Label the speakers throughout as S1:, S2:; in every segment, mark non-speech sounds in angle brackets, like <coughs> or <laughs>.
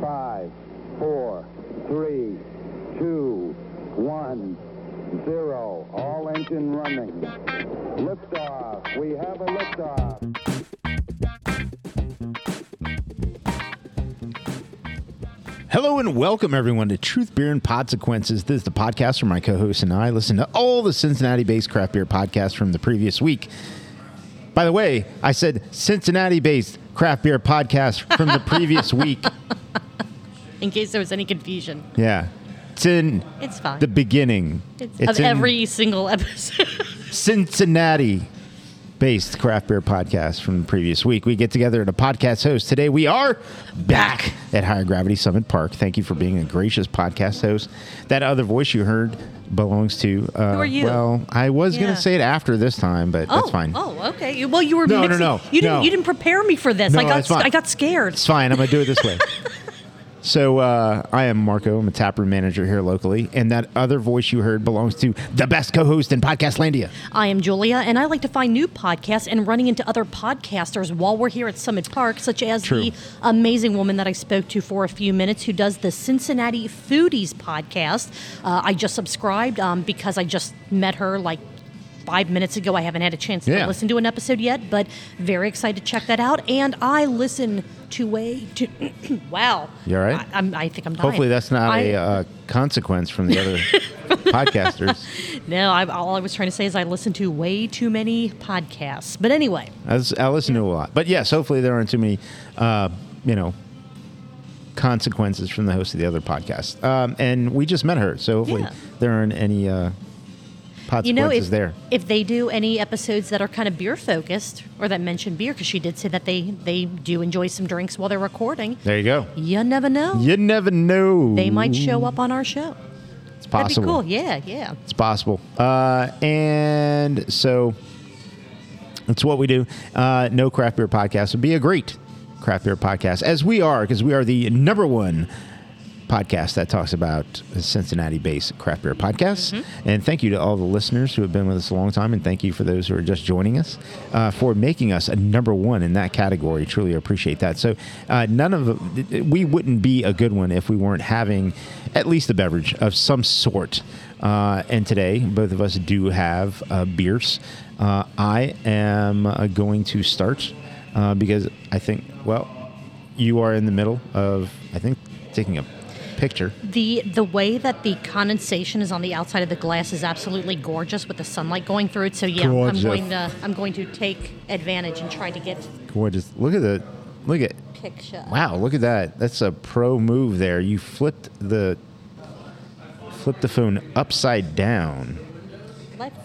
S1: five, four, three, two, one, zero. All engine running. Liftoff. We have a liftoff.
S2: Hello and welcome everyone to Truth Beer and Podsequences. This is the podcast where my co-host and I listen to all the Cincinnati-based craft beer podcasts from the previous week. By the way, I said Cincinnati-based craft beer podcast from the
S3: <laughs>
S2: previous week.
S3: in case there was any confusion.
S2: Yeah. It's in
S3: It's fine.
S2: the beginning.
S3: it's
S2: It's
S3: of
S2: in
S3: every single <laughs> episode.
S2: Cincinnati based craft beer podcast from the previous week. We get together at a podcast host. Today we are back at Higher Gravity Summit Park. Thank you for being a gracious podcast host. That other voice you heard belongs to. Uh,
S3: Who are you?
S2: Well, I was going
S3: Yeah.
S2: to say it after this time, but
S3: oh,
S2: that's fine.
S3: Oh, okay. You- Well, you were
S2: No, no,
S3: mixing-
S2: no,
S3: You didn't.
S2: no.
S3: You didn't prepare me for this.
S2: No,
S3: I got.
S2: that's fine.
S3: I got scared.
S2: It's fine. I'm going to do it this
S3: <laughs>
S2: way. So uh, I am Marco. I'm a taproom manager here locally, and that other voice you heard belongs to the best co-host in Podcastlandia.
S3: I am Julia, and I like to find new podcasts and running into other podcasters while we're here at Summit Park, such as
S2: True.
S3: the amazing woman that I spoke to for a few minutes who does the Cincinnati Foodies podcast. Uh, I just subscribed um, because I just met her like five minutes ago. I haven't had a chance
S2: Yeah.
S3: to listen to an episode yet, but very excited to check that out. And I listen to way to <clears throat> wow.
S2: You all right?
S3: I, I'm, I think I'm dying.
S2: Hopefully, that's not
S3: I-
S2: a uh, consequence from the
S3: <laughs>
S2: other podcasters.
S3: No, I, all I was trying to say is I listen to way too many podcasts. But anyway,
S2: I, was, I listen to a lot, but yes, hopefully there aren't too many, uh, you know, consequences from the host of the other podcast. Um, and we just met her, so hopefully
S3: Yeah.
S2: there aren't any uh, consequences
S3: you know, if,
S2: there.
S3: if they do any episodes that are kind of beer focused or that mention beer, because she did say that they, they do enjoy some drinks while they're recording,
S2: There you go.
S3: you never know.
S2: You never know.
S3: They might show up on our show.
S2: It's
S3: That'd be
S2: possible.
S3: cool. Yeah, yeah.
S2: It's possible. Uh, and so that's what we do. Uh, no craft beer podcast would be a great craft beer podcast, as we are, because we are the number one podcast that talks about Cincinnati based craft beer podcasts. And thank you to all the listeners who have been with us a long time. And thank you for those who are just joining us uh, for making us a number one in that category. Truly appreciate that. So, uh, none of we wouldn't be a good one if we weren't having at least a beverage of some sort. Uh, and today, both of us do have uh, beers. Uh, I am uh, going to start uh, because I think, well, you are in the middle of, I think, taking a picture.
S3: The the way that the condensation is on the outside of the glass is absolutely gorgeous with the sunlight going through it. So yeah,
S2: Gorgeous.
S3: I'm going to I'm going to take advantage and try to get
S2: Gorgeous. Look at the, look at,
S3: picture.
S2: wow, look at that. That's a pro move there. You flipped the, flipped the phone upside down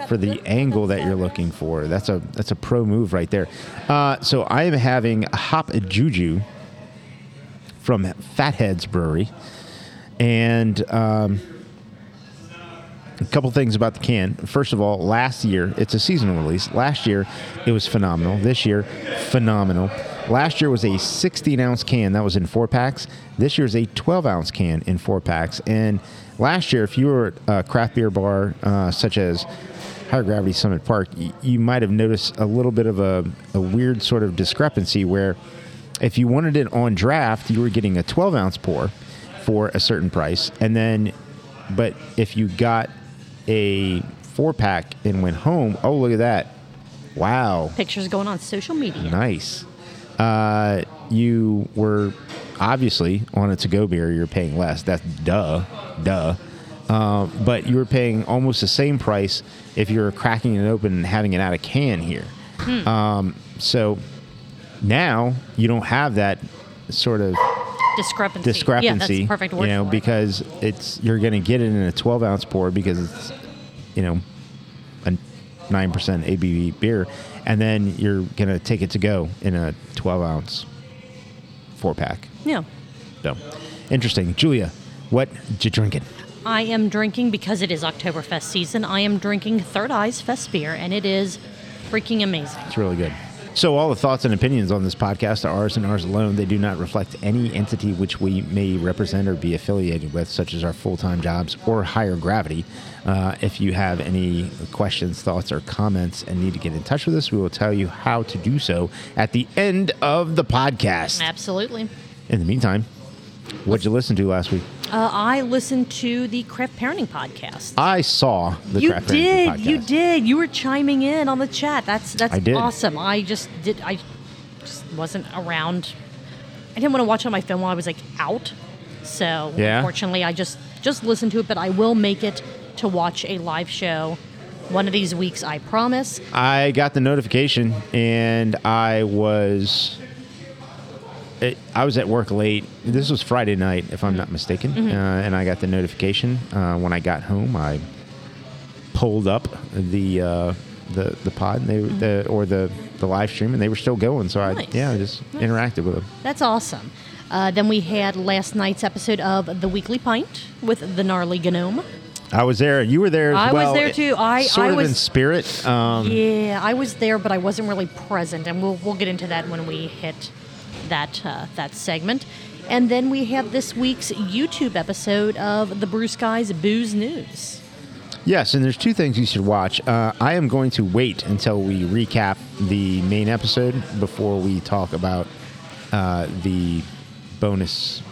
S2: for the angle that you're looking for. That's a that's a pro move right there. Uh, so I am having Hop Juju from Fatheads Brewery, and um, a couple things about the can. First of all, last year it's a seasonal release. Last year it was phenomenal. This year, phenomenal. Last year was a 16 ounce can that was in four packs. This year's a 12 ounce can in four packs. And last year, if you were at a craft beer bar uh, such as Higher Gravity Summit Park, y- you might have noticed a little bit of a, a weird sort of discrepancy where if you wanted it on draft, you were getting a 12 ounce pour for a certain price. And then, but if you got a four pack and went home, oh, look at that. Wow.
S3: pictures going on social media.
S2: Nice. Uh, you were obviously on a to-go beer. You're paying less. That's duh, duh. Uh, but you were paying almost the same price if you were cracking it open and having it out of can here. Um, so now you don't have that sort of
S3: discrepancy.
S2: discrepancy.
S3: Yeah, that's the perfect word.
S2: You know,
S3: for it.
S2: because it's you're going to get it in a 12 ounce pour because it's you know a nine percent ABV beer, and then you're going to take it to go in a 12 ounce four pack.
S3: yeah.
S2: So interesting, Julia. What you drinking?
S3: I am drinking because it is Oktoberfest season. I am drinking Third Eyes Fest beer, and it is freaking amazing.
S2: It's really good. So, all the thoughts and opinions on this podcast are ours and ours alone. They do not reflect any entity which we may represent or be affiliated with, such as our full time jobs or higher gravity. Uh, if you have any questions, thoughts, or comments and need to get in touch with us, we will tell you how to do so at the end of the podcast.
S3: Absolutely.
S2: In the meantime, What'd you listen to last week?
S3: Uh, I listened to the Craft Parenting podcast.
S2: I saw the
S3: you
S2: Craft Parenting
S3: did,
S2: podcast.
S3: you did. You were chiming in on the chat. That's that's
S2: I did.
S3: awesome. I just did. I just wasn't around. I didn't want to watch it on my phone while I was like out. So
S2: Yeah.
S3: unfortunately, I just just listened to it. But I will make it to watch a live show one of these weeks. I promise.
S2: I got the notification and I was it, I was at work late. This was Friday night, if I'm not mistaken,
S3: Mm-hmm.
S2: uh, and I got the notification. Uh, when I got home, I pulled up the uh, the the pod, and they, the, or the the live stream, and they were still going. So I
S3: Mm-hmm. Nice.
S2: yeah, I just
S3: Nice.
S2: interacted with them.
S3: That's awesome. Uh, then we had last night's episode of the Weekly Pint with the gnarly gnome.
S2: I was there. You were there. As
S3: I was
S2: well, eh,
S3: there, too. I-
S2: sort
S3: I
S2: of in
S3: was-
S2: spirit. Um,
S3: Yeah, I was there, but I wasn't really present, and we'll we'll get into that when we hit that uh, that segment. And then we have this week's YouTube episode of the Bruce Guys Booze News.
S2: Yes, and there's two things you should watch. Uh, I am going to wait until we recap the main episode before we talk about uh, the bonus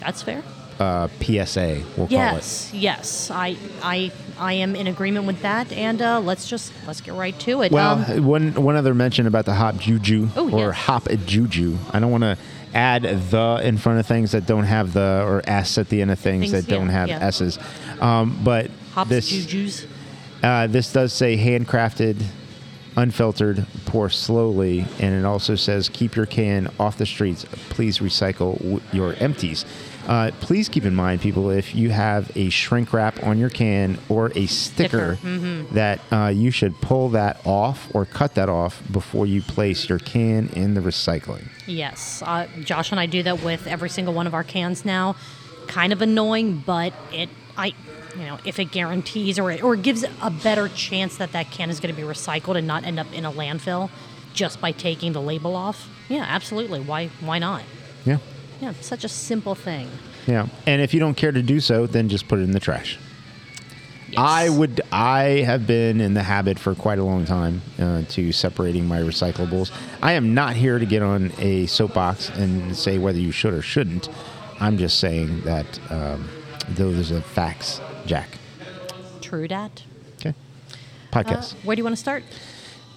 S3: That's fair.
S2: uh, PSA. We'll
S3: Yes, yes, I I I am in agreement with that, and uh, let's just let's get right to
S2: call
S3: it.
S2: it. Well,
S3: Um,
S2: one one other mention about the hop juju
S3: Oh,
S2: or
S3: yes.
S2: hop juju. I don't want to add the in front of things that don't have the or s at the end of things,
S3: Things,
S2: that don't
S3: yeah,
S2: have
S3: yeah.
S2: s's. Um, but
S3: hops,
S2: this
S3: juju's.
S2: Uh, this does say handcrafted, unfiltered, pour slowly, and it also says keep your can off the streets. Please recycle w- your empties. Uh, please keep in mind, people, if you have a shrink wrap on your can or a sticker,
S3: Sticker, mhm.
S2: that uh, you should pull that off or cut that off before you place your can in the recycling.
S3: Yes, uh, Josh and I do that with every single one of our cans now. Kind of annoying, but it I you know if it guarantees or or gives a better chance that that can is going to be recycled and not end up in a landfill just by taking the label off. Yeah, absolutely. Why why not?
S2: Yeah.
S3: Yeah, such a simple thing.
S2: Yeah. And if you don't care to do so, then just put it in the trash.
S3: Yes.
S2: I would. I have been in the habit for quite a long time uh, to separating my recyclables. I am not here to get on a soapbox and say whether you should or shouldn't. I'm just saying that um, those are facts, Jack.
S3: true that.
S2: Okay.
S3: Uh,
S2: Podcast.
S3: Where do you want to start?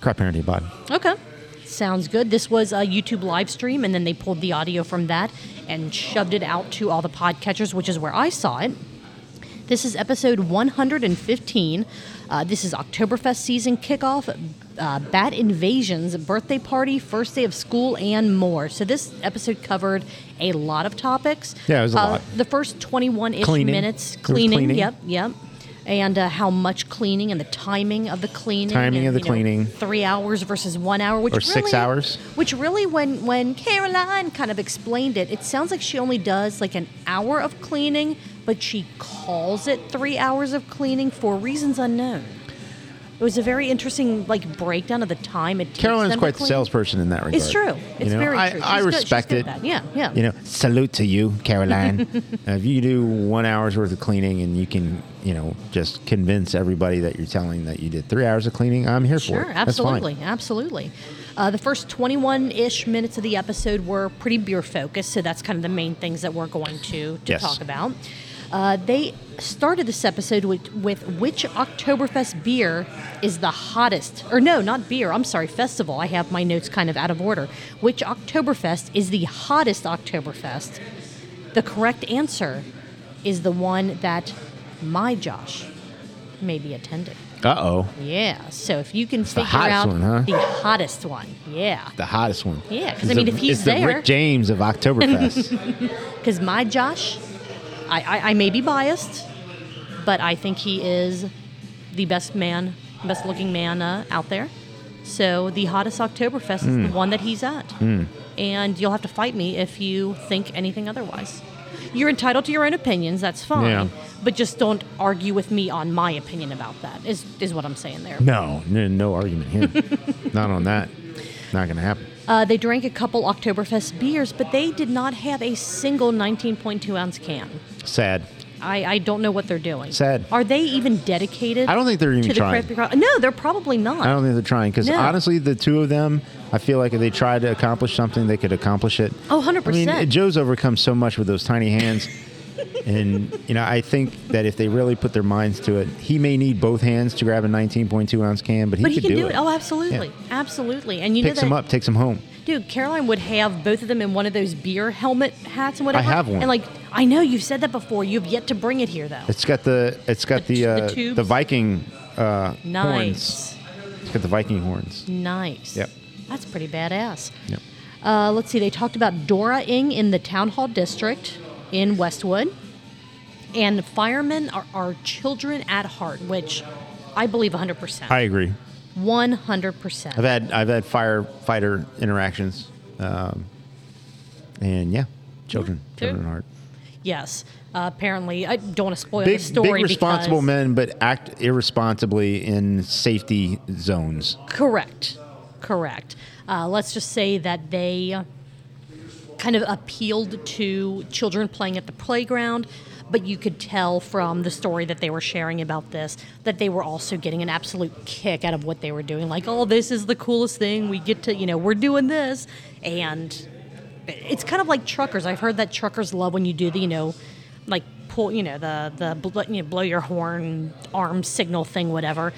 S2: Crap parenting pod.
S3: Okay. Sounds good. This was a YouTube live stream, and then they pulled the audio from that and shoved it out to all the podcatchers, which is where I saw it. This is episode 115. Uh, this is Oktoberfest season kickoff, uh, bat invasions, birthday party, first day of school, and more. So this episode covered a lot of topics.
S2: Yeah, it was a
S3: Uh,
S2: lot.
S3: The first 21 ish
S2: Cleaning.
S3: minutes,
S2: There was
S3: cleaning,
S2: cleaning.
S3: Yep, yep. And uh, how much cleaning and the timing of the cleaning.
S2: Timing
S3: and,
S2: of the
S3: you know,
S2: cleaning.
S3: three hours versus one hour, which
S2: Or six
S3: really-
S2: hours.
S3: Which really, when when Caroline kind of explained it, it sounds like she only does like an hour of cleaning, but she calls it three hours of cleaning for reasons unknown. It was a very interesting like breakdown of the time it takes.
S2: Carolyn's
S3: them to
S2: quite the
S3: clean.
S2: salesperson in that regard.
S3: It's true.
S2: You
S3: It's
S2: know,
S3: very
S2: I,
S3: true.
S2: I
S3: She's good- she's
S2: respect
S3: good
S2: it.
S3: at that. Yeah, yeah.
S2: You know, salute to you, Caroline.
S3: <laughs>
S2: Uh, if you do one hour's worth of cleaning and you can, you know, just convince everybody that you're telling that you did three hours of cleaning, I'm here for
S3: Sure,
S2: it. That's fine.
S3: absolutely, absolutely. Uh, the first 21-ish minutes of the episode were pretty beer focused, so that's kind of the main things that we're going to, to
S2: Yes.
S3: talk about. Uh, they started this episode with, with which Oktoberfest beer is the hottest, or no, not beer. I'm sorry, festival. I have my notes kind of out of order. Which Oktoberfest is the hottest Oktoberfest? The correct answer is the one that my Josh may be attending.
S2: Uh oh.
S3: Yeah. So if you can
S2: the
S3: figure
S2: hottest
S3: out
S2: one, huh?
S3: the hottest one, yeah,
S2: The hottest one.
S3: Yeah, 'cause I
S2: It's the-
S3: mean, if he's
S2: it's the
S3: there-
S2: Rick James of
S3: <laughs>
S2: Oktoberfest.
S3: because my Josh, I, I I may be biased, but I think he is the best man, best looking man uh, out there. So the hottest Oktoberfest is
S2: Hmm.
S3: the one that he's at, and you'll have to fight me if you think anything otherwise. You're entitled to your own opinions. That's fine,
S2: Yeah.
S3: but just don't argue with me on my opinion about that. Is is what I'm saying there.
S2: no, no, no argument here. Not on that. Not going to happen.
S3: Uh, they drank a couple Oktoberfest beers, but they did not have a single 19.2 ounce can.
S2: Sad.
S3: I, I don't know what they're doing.
S2: Sad.
S3: Are they even dedicated?
S2: I don't think they're even
S3: to the
S2: trying.
S3: Crappy Craw- no, they're probably
S2: I
S3: not.
S2: don't think they're trying because
S3: No.
S2: honestly, the two of them, I feel like if they tried to accomplish something, they could accomplish it.
S3: Oh, 100%.
S2: I mean, Joe's overcome so much with those tiny hands, and you know, I think that if they really put their minds to it, he may need both hands to grab a 19.2 ounce can, but he
S3: But he
S2: could
S3: can
S2: do, it.
S3: Oh, absolutely, absolutely. And you
S2: Picks
S3: know that
S2: him up, takes him home.
S3: Dude, Caroline would have both of them in one of those beer helmet hats and whatever.
S2: have one.
S3: And like, I know you've said that before. You've yet to bring it here though.
S2: It's got the it's got the
S3: The t- the
S2: uh, the,
S3: tubes.
S2: Viking uh, horns.
S3: nice, Mm.
S2: It's got the Viking horns.
S3: nice.
S2: Yep.
S3: That's pretty badass.
S2: Yep.
S3: Uh, let's see. They talked about Dora Ing in the town hall district in Westwood, and firemen are, are children at heart, which I believe 100
S2: I
S3: percent.
S2: agree.
S3: 100 percent.
S2: I've had I've had firefighter interactions, um, and yeah, children,
S3: sure.
S2: children at heart.
S3: Yes. Uh, apparently, I don't want to spoil
S2: Big,
S3: the story.
S2: big responsible
S3: because-
S2: men, but act irresponsibly in safety zones.
S3: Correct. Correct. Uh, let's just say that they kind of appealed to children playing at the playground, but you could tell from the story that they were sharing about this that they were also getting an absolute kick out of what they were doing. Like, oh, this is the coolest thing. We get to, you know, we're doing this. And it's kind of like truckers. I've heard that truckers love when you do the, you know, like pull, you know, the the bl- you know, blow your horn arm signal thing, whatever.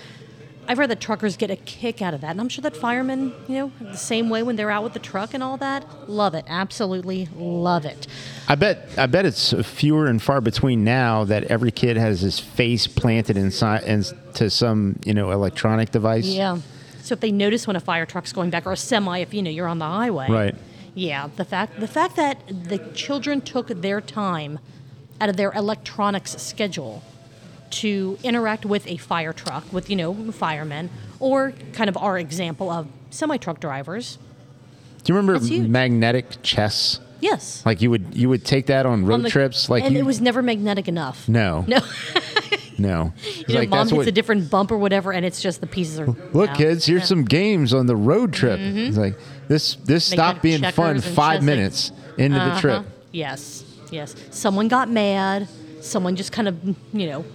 S3: I've heard that truckers get a kick out of that, and I'm sure that firemen, you know, the same way when they're out with the truck and all that. Love it, absolutely love it.
S2: I bet I bet it's fewer and far between now that every kid has his face planted inside into some you know electronic device.
S3: Yeah. So if they notice when a fire truck's going back or a semi, if you know you're on the highway,
S2: Right.
S3: Yeah, the fact the fact that the children took their time out of their electronics schedule to interact with a fire truck with you know firemen or kind of our example of semi truck drivers.
S2: Do you remember
S3: That's huge.
S2: magnetic chess?
S3: Yes.
S2: Like you would you would take that on road
S3: On the-
S2: trips. Like
S3: and
S2: you,
S3: it was never magnetic enough.
S2: no
S3: No.
S2: no. It's
S3: <laughs> You know,
S2: like,
S3: mom
S2: that's
S3: hits
S2: what-
S3: a different bump or whatever, and it's just the pieces are.
S2: Look,
S3: Yeah.
S2: kids, here's
S3: Yeah. Mm-hmm.
S2: some games on the road trip. It's like this this
S3: They
S2: stopped
S3: got
S2: being fun
S3: checkers and Uh-huh.
S2: five
S3: chess, like-
S2: minutes into the trip.
S3: Yes, yes. Someone got mad. Someone just kind of, you know,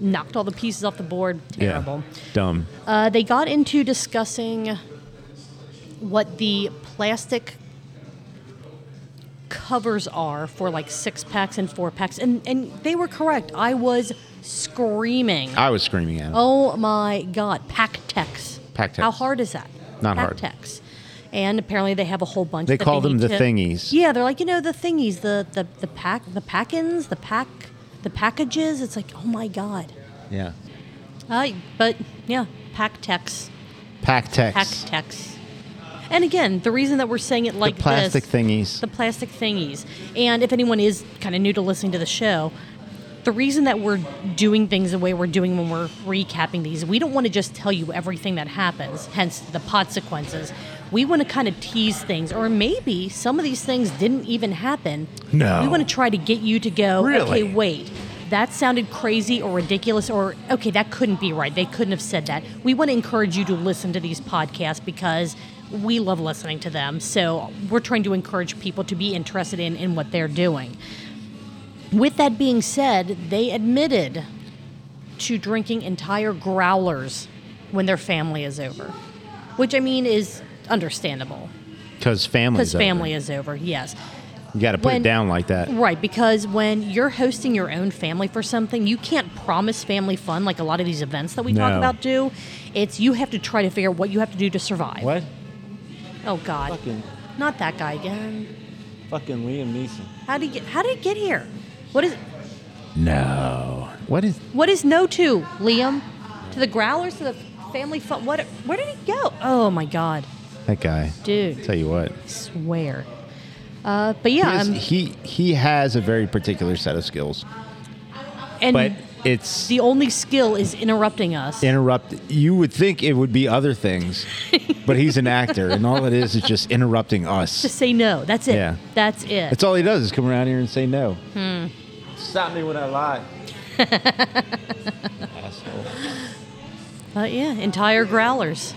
S3: knocked all the pieces off the board. Terrible.
S2: dumb.
S3: Uh, they got into discussing what the plastic covers are for like six packs and four packs, and and they were correct. I was screaming.
S2: I was screaming at him.
S3: Oh my God, Pactex.
S2: Pactex.
S3: How hard is that?
S2: Not hard.
S3: Pactex. And apparently they have a whole bunch.
S2: They
S3: that
S2: call them
S3: need
S2: the
S3: to-
S2: thingies.
S3: Yeah, they're like you know the thingies, the the the pack, the packins, the pack, the packages. It's like oh my God.
S2: Yeah.
S3: Uh, but yeah, Pactex,
S2: Pack text.
S3: Pactex. And again, the reason that we're saying it like
S2: the plastic
S3: this,
S2: thingies.
S3: the plastic thingies. And if anyone is kind of new to listening to the show, the reason that we're doing things the way we're doing when we're recapping these, we don't want to just tell you everything that happens, hence the consequences. We want to kind of tease things, or maybe some of these things didn't even happen.
S2: No.
S3: We want to try to get you to go,
S2: Really?
S3: okay, wait, that sounded crazy or ridiculous, or okay, that couldn't be right. They couldn't have said that. We want to encourage you to listen to these podcasts because we love listening to them. So we're trying to encourage people to be interested in, in what they're doing. With that being said, they admitted to drinking entire growlers when their family is over, which I mean is understandable
S2: Because family.
S3: because family is over, yes.
S2: You got to put
S3: when-
S2: it down like that.
S3: Right, because when you're hosting your own family for something, you can't promise family fun like a lot of these events that we talk
S2: No.
S3: about do. It's you have to try to figure out what you have to do to survive.
S4: What?
S3: Oh God,
S4: Fucking,
S3: not that guy again.
S4: fucking Liam Neeson.
S3: How did you get? How did it get here? What is?
S2: No. What is?
S3: What is no to Liam? To the growlers, to the family fun. What? Where did he go? Oh my God,
S2: That guy.
S3: dude,
S2: Tell you what.
S3: swear. Uh, but yeah,
S2: He is-
S3: um,
S2: he he has a very particular set of skills,
S3: and
S2: but it's
S3: the only skill is interrupting us.
S2: interrupt. You would think it would be other things, but he's an actor, and all it is is just interrupting us.
S3: Just say no. That's it.
S2: Yeah.
S3: That's it.
S2: That's all he does is come around here and say no.
S3: Hmm.
S4: Stop me when I lie. Asshole.
S3: Uh, yeah, entire growlers.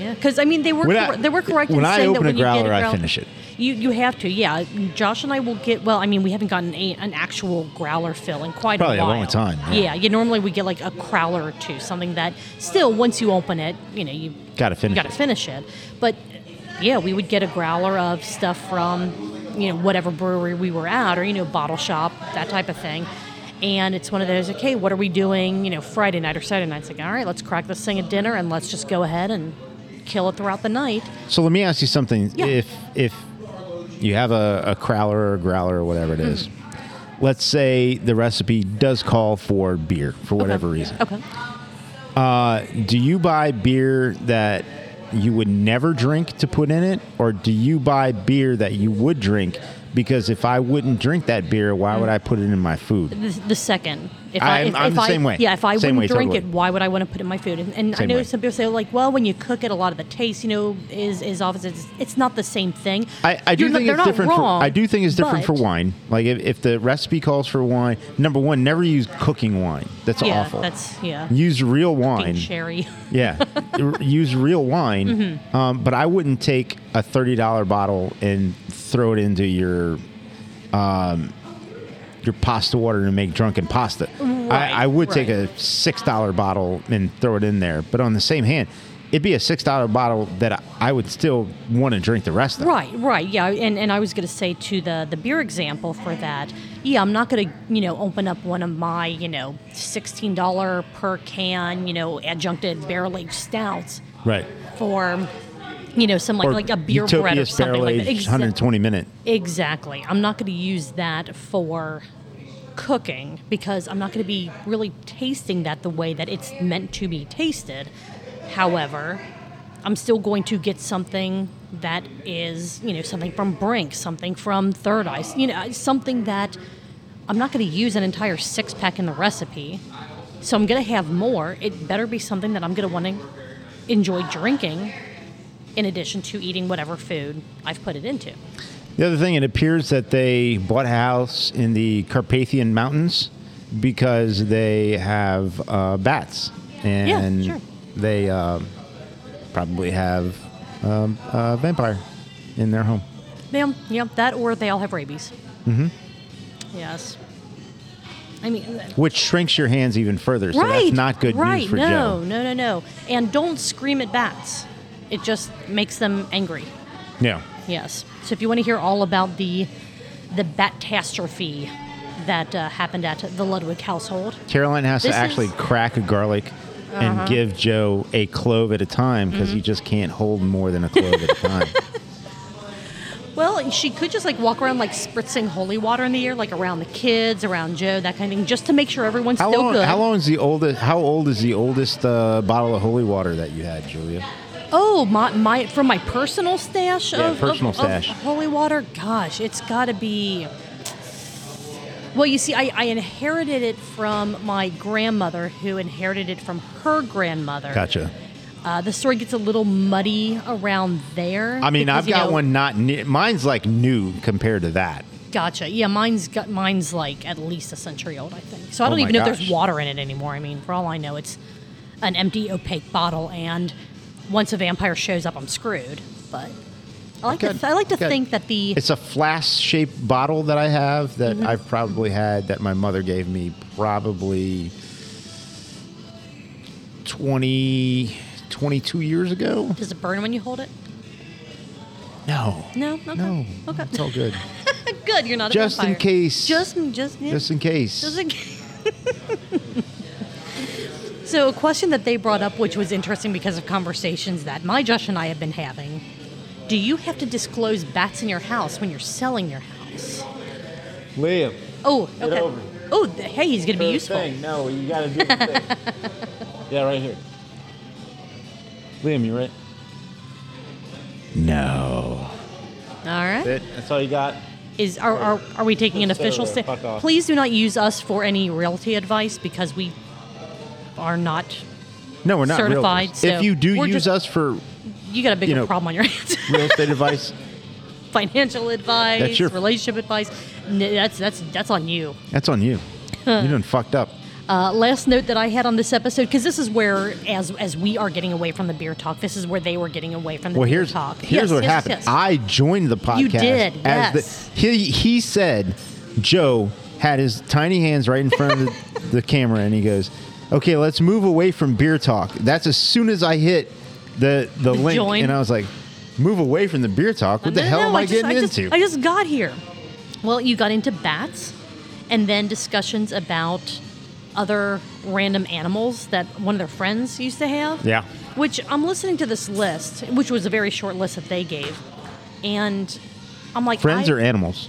S3: Yeah, because I mean they were
S2: When
S3: cor-
S2: I-
S3: they were correct
S2: When
S3: in
S2: I
S3: saying that
S2: open
S3: when
S2: a growler,
S3: you get a growler,
S2: I finish it.
S3: You you have to, yeah. Josh and I will get. Well, I mean, we haven't gotten a, an actual growler fill in quite
S2: Probably
S3: a
S2: a
S3: while.
S2: long time,
S3: Yeah.
S2: yeah.
S3: You normally we get like a crowler or two, something that still once you open it, you know, you
S2: Gotta
S3: you
S2: finish
S3: gotta
S2: it.
S3: finish it. But yeah, we would get a growler of stuff from you know whatever brewery we were at, or you know bottle shop, that type of thing. And it's one of those, okay, what are we doing? You know, Friday night or Saturday night. It's like, all right, let's crack this thing at dinner and let's just go ahead and kill it throughout the night.
S2: So let me ask you something.
S3: Yeah.
S2: If if you have a, a crowler or a growler or whatever
S3: Hmm.
S2: it is, let's say the recipe does call for beer for whatever reason.
S3: Okay.
S2: Uh, do you buy beer that you would never drink to put in it, or do you buy beer that you would drink? Because if I wouldn't drink that beer, why would I put it in my food?
S3: the, the second. If
S2: I'm-
S3: if,
S2: I'm
S3: if
S2: the
S3: I,
S2: same way.
S3: Yeah, if I
S2: Same
S3: wouldn't
S2: way,
S3: drink
S2: totally.
S3: it, why would I want to put it in my food? And, and I
S2: Same
S3: know
S2: way.
S3: some people say like, well, when you cook it, a lot of the taste, you know, is is obviously it's, it's not the same thing.
S2: I, I do
S3: You're not-
S2: think
S3: they're
S2: it's
S3: not
S2: different.
S3: wrong,
S2: for, I do think it's different for
S3: but-
S2: wine. Like if, if the recipe calls for wine, number one, never use cooking wine. That's
S3: Yeah,
S2: awful.
S3: that's yeah.
S2: use real
S3: Being
S2: wine.
S3: sherry. <laughs>
S2: Yeah, <laughs> R- use real wine.
S3: Mm-hmm.
S2: Um, but I wouldn't take a thirty dollar bottle and throw it into your um, your pasta water to make drunken pasta.
S3: Right,
S2: I, I would take
S3: right.
S2: a six dollar bottle and throw it in there. But on the same hand, it'd be a six dollar bottle that I, I would still want to drink the rest of.
S3: Right, right, yeah, and and I was going to say to the the beer example for that, yeah, I'm not going to you know open up one of my you know sixteen dollar per can you know adjuncted barrel aged stouts
S2: Right.
S3: for you know some like like a beer bread or
S2: Utopia's
S3: something like that.
S2: barrel-aged
S3: Exa-
S2: 120 minute.
S3: Exactly. I'm not going to use that for cooking because I'm not going to be really tasting that the way that it's meant to be tasted. However, I'm still going to get something that is, you know, something from Brink, something from Third Eye, you know, something that I'm not going to use an entire six pack in the recipe. So I'm going to have more. It better be something that I'm going to want to enjoy drinking in addition to eating whatever food I've put it into.
S2: The other thing, it appears that they bought a house in the Carpathian Mountains because they have uh, bats, and
S3: sure.
S2: they uh, probably have um, a vampire in their home.
S3: Yeah, yeah, that or they all have rabies. Mm-hmm. Yes. I mean,
S2: Which shrinks your hands even further, so
S3: right.
S2: that's not good
S3: right,
S2: news for
S3: no,
S2: Joe.
S3: no, no, no. And don't scream at bats. It just makes them angry.
S2: Yeah,
S3: Yes. So if you want to hear all about the the catastrophe that uh, happened at the Ludwig household,
S2: Caroline has
S3: This
S2: to actually
S3: is- Uh-huh.
S2: crack a garlic and give Joe a clove at a time because
S3: Mm-hmm.
S2: he just can't hold more than a clove at a time.
S3: well, she could just like walk around like spritzing holy water in the air, like around the kids, around Joe, that kind of thing, just to make sure everyone's
S2: How
S3: still
S2: long?
S3: good.
S2: How long is the oldest? How old is the oldest uh, bottle of holy water that you had, Julia?
S3: Oh, my, my from my personal stash
S2: Yeah,
S3: of,
S2: personal
S3: of- of
S2: stash.
S3: holy water. Gosh, it's got to be. Well, you see, I, I inherited it from my grandmother, who inherited it from her grandmother.
S2: Gotcha.
S3: Uh, the story gets a little muddy around there.
S2: I mean,
S3: because,
S2: I've
S3: you
S2: got
S3: know-
S2: one not. Ne- mine's like new compared to that.
S3: Gotcha. Yeah, mine's got mine's like at least a century old, I think. So I
S2: Oh
S3: don't
S2: my
S3: even know if
S2: gosh.
S3: there's water in it anymore. I mean, for all I know, it's an empty opaque bottle, and once a vampire shows up, I'm screwed. But I like
S2: Good.
S3: to I like to
S2: Good.
S3: think that the
S2: It's a flask-shaped bottle that I have that I've probably had that my mother gave me probably 20, 22 years ago.
S3: does it burn when you hold it?
S2: No,
S3: No. Okay.
S2: no,
S3: Okay.
S2: it's all good.
S3: Good. You're not
S2: Just
S3: a
S2: in
S3: vampire.
S2: case.
S3: Just just yeah.
S2: Just in case.
S3: Just in case. <laughs> So, a question that they brought up, which was interesting because of conversations that my Josh and I have been having Do you have to disclose bats in your house when you're selling your house?
S4: Liam.
S3: Oh,
S4: Get
S3: okay.
S4: over it.
S3: Oh, th- hey, he's going to
S4: do
S3: be
S4: the
S3: useful.
S4: Thing. No, you gotta do the thing.
S3: <laughs>
S4: yeah, right here. Liam, you right?
S2: no.
S3: All right.
S2: It-
S4: That's all you got?
S3: Is are, are, are we taking an
S4: Put the
S3: official
S4: soda,
S3: stand?
S4: fuck off.
S3: Please do not use us for any realty advice because we are not.
S2: No, we're not
S3: Certified,
S2: realtors.
S3: so
S2: if you do
S3: we're
S2: use
S3: just-
S2: us for
S3: You got a bigger
S2: You know-
S3: problem on your <laughs> hands.
S2: real estate advice,
S3: Financial advice,
S2: That's your-
S3: relationship advice. N- that's that's that's on you. <laughs>
S2: that's on you. You done fucked up.
S3: Uh, last note that I had on this episode, because this is where, as as we are getting away from the beer talk, this is where they were getting away from the
S2: Well,
S3: beer
S2: here's
S3: talk.
S2: here's
S3: Yes,
S2: what
S3: yes,
S2: happened.
S3: yes.
S2: I joined the podcast.
S3: You did,
S2: as
S3: yes.
S2: the, he he said Joe had his tiny hands right in front of the, the camera, and he goes, "Okay, let's move away from beer talk." That's as soon as I hit the the, link,
S3: join.
S2: and I was like, "Move away from the beer talk." What the
S3: No,
S2: hell
S3: no,
S2: am I,
S3: just-
S2: getting
S3: just-
S2: into?
S3: I just got here. Well, you got into bats, and then discussions about other random animals that one of their friends used to have.
S2: Yeah.
S3: Which I'm listening to this list, which was a very short list that they gave, and I'm like,
S2: Friends
S3: I-
S2: or animals?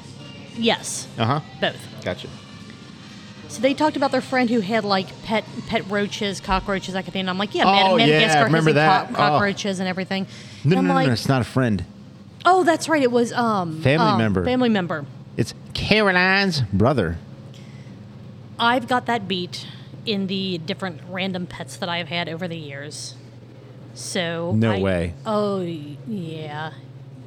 S3: yes,
S2: Uh huh.
S3: both.
S2: Gotcha.
S3: So they talked about their friend who had like pet pet roaches, cockroaches, that kind of thing. And I'm like, yeah,
S2: Oh,
S3: Mad-
S2: yeah,
S3: Madagascar
S2: remember
S3: has like,
S2: that.
S3: co-
S2: Oh.
S3: cockroaches and everything.
S2: No,
S3: and
S2: no,
S3: I'm
S2: no,
S3: like,
S2: no, it's not a friend.
S3: oh, that's right, it was um
S2: Family
S3: um,
S2: member.
S3: family member.
S2: It's Caroline's brother.
S3: I've got that beat in the different random pets that I've had over the years. So
S2: No
S3: I-
S2: way.
S3: Oh yeah.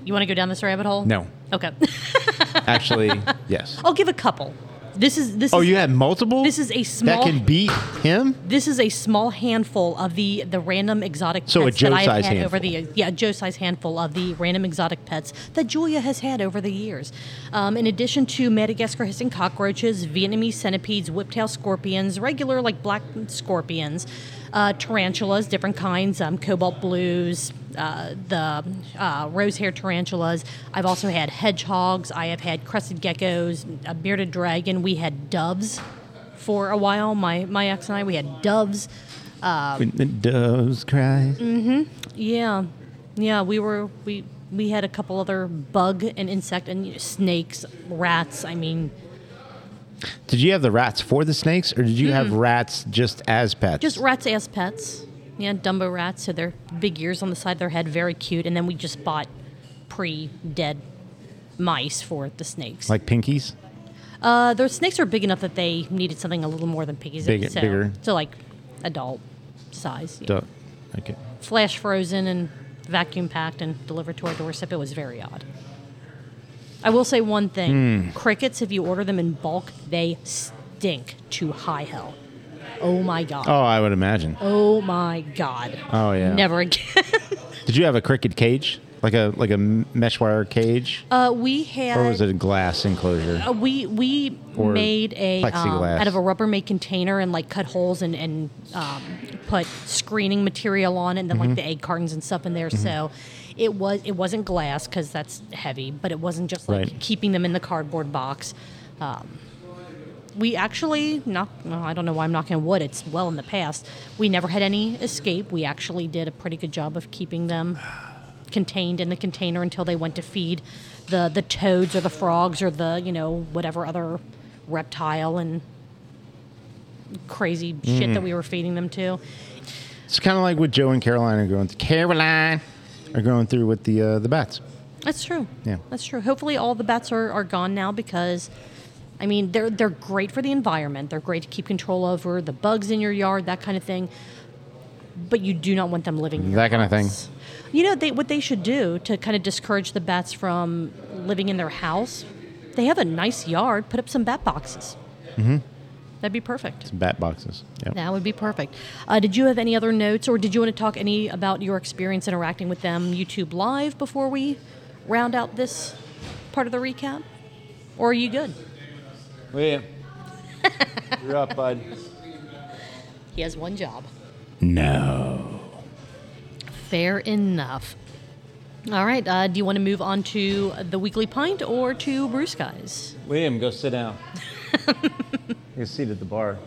S3: You want to go down this rabbit hole?
S2: No.
S3: Okay. <laughs>
S2: Actually, <laughs> yes.
S3: I'll give a couple. This is Oh, this.
S2: Oh,
S3: is,
S2: you had multiple.
S3: This is a
S2: that
S3: small.
S2: can beat him.
S3: this is a small handful of the the random exotic
S2: So a
S3: pets that I've
S2: Joe-size
S3: had over the yeah a Joe size handful of the random exotic pets that Julia has had over the years. Um, in addition to Madagascar hissing cockroaches, Vietnamese centipedes, whiptail scorpions, regular like black scorpions, uh, tarantulas, different kinds, um, cobalt blues. Uh, the uh, rose hair tarantulas. I've also had hedgehogs. I have had crested geckos, a bearded dragon. We had doves for a while. My my ex and I we had doves.
S2: When the doves cry.
S3: Yeah, yeah. We were we we had a couple other bug and insect and you know, snakes, rats. I mean,
S2: Did you have the rats for the snakes, or did you have rats just as pets?
S3: just rats as pets. Yeah, Dumbo rats. So they're big ears on the side of their head, very cute. And then we just bought pre-dead mice for the snakes.
S2: like pinkies.
S3: uh, their snakes are big enough that they needed something a little more than piggies.
S2: Big-
S3: so,
S2: bigger.
S3: So like adult size. yeah.
S2: Duh. Okay.
S3: Flash frozen and vacuum packed and delivered to our doorstep. It was very odd. I will say one
S2: Hmm.
S3: thing crickets, if you order them in bulk, they stink to high hell. Oh my God.
S2: Oh, I would imagine.
S3: Oh my God.
S2: Oh, yeah. <laughs>
S3: Never again.
S2: Did you have a cricket cage, like a like a m- mesh wire cage,
S3: uh, we had.
S2: or was it a glass enclosure?
S3: Uh, we we
S2: Or
S3: made a um,
S2: plexiglass.
S3: out of a Rubbermaid container and like cut holes and and um, put screening material on it and then like the egg cartons and stuff in there. So it was it wasn't glass because that's heavy, but it wasn't just like
S2: Right.
S3: keeping them in the cardboard box. Um, we actually not well, I don't know why I'm knocking on wood. It's well in the past. We never had any escape. We actually did a pretty good job of keeping them contained in the container until they went to feed the the toads or the frogs or the you know whatever other reptile and crazy shit that we were feeding them to.
S2: It's kind of like what Joe and Caroline are going. Through. Caroline are going through with the uh, the bats.
S3: That's true.
S2: Yeah.
S3: that's true. Hopefully, all the bats are, are gone now because, I mean, they're they're great for the environment. They're great to keep control over the bugs in your yard, that kind of thing. But you do not want them living in your
S2: That kinda thing.
S3: house. You know, they what they should do to kind of discourage the bats from living in their house. They have a nice yard. Put up some bat boxes. Mm-hmm. That'd be perfect.
S2: Bat boxes. Yep.
S3: That would be perfect. Uh, did you have any other notes, or did you want to talk any about your experience interacting with them YouTube Live before we round out this part of the recap? Or are you good?
S4: Liam, you're up, bud.
S3: He has one job.
S2: No.
S3: Fair enough. All right. Uh, do you want to move on to the weekly pint or to Bruce Guys?
S4: Liam, go sit
S3: <laughs>
S4: down. Get a seat at the bar.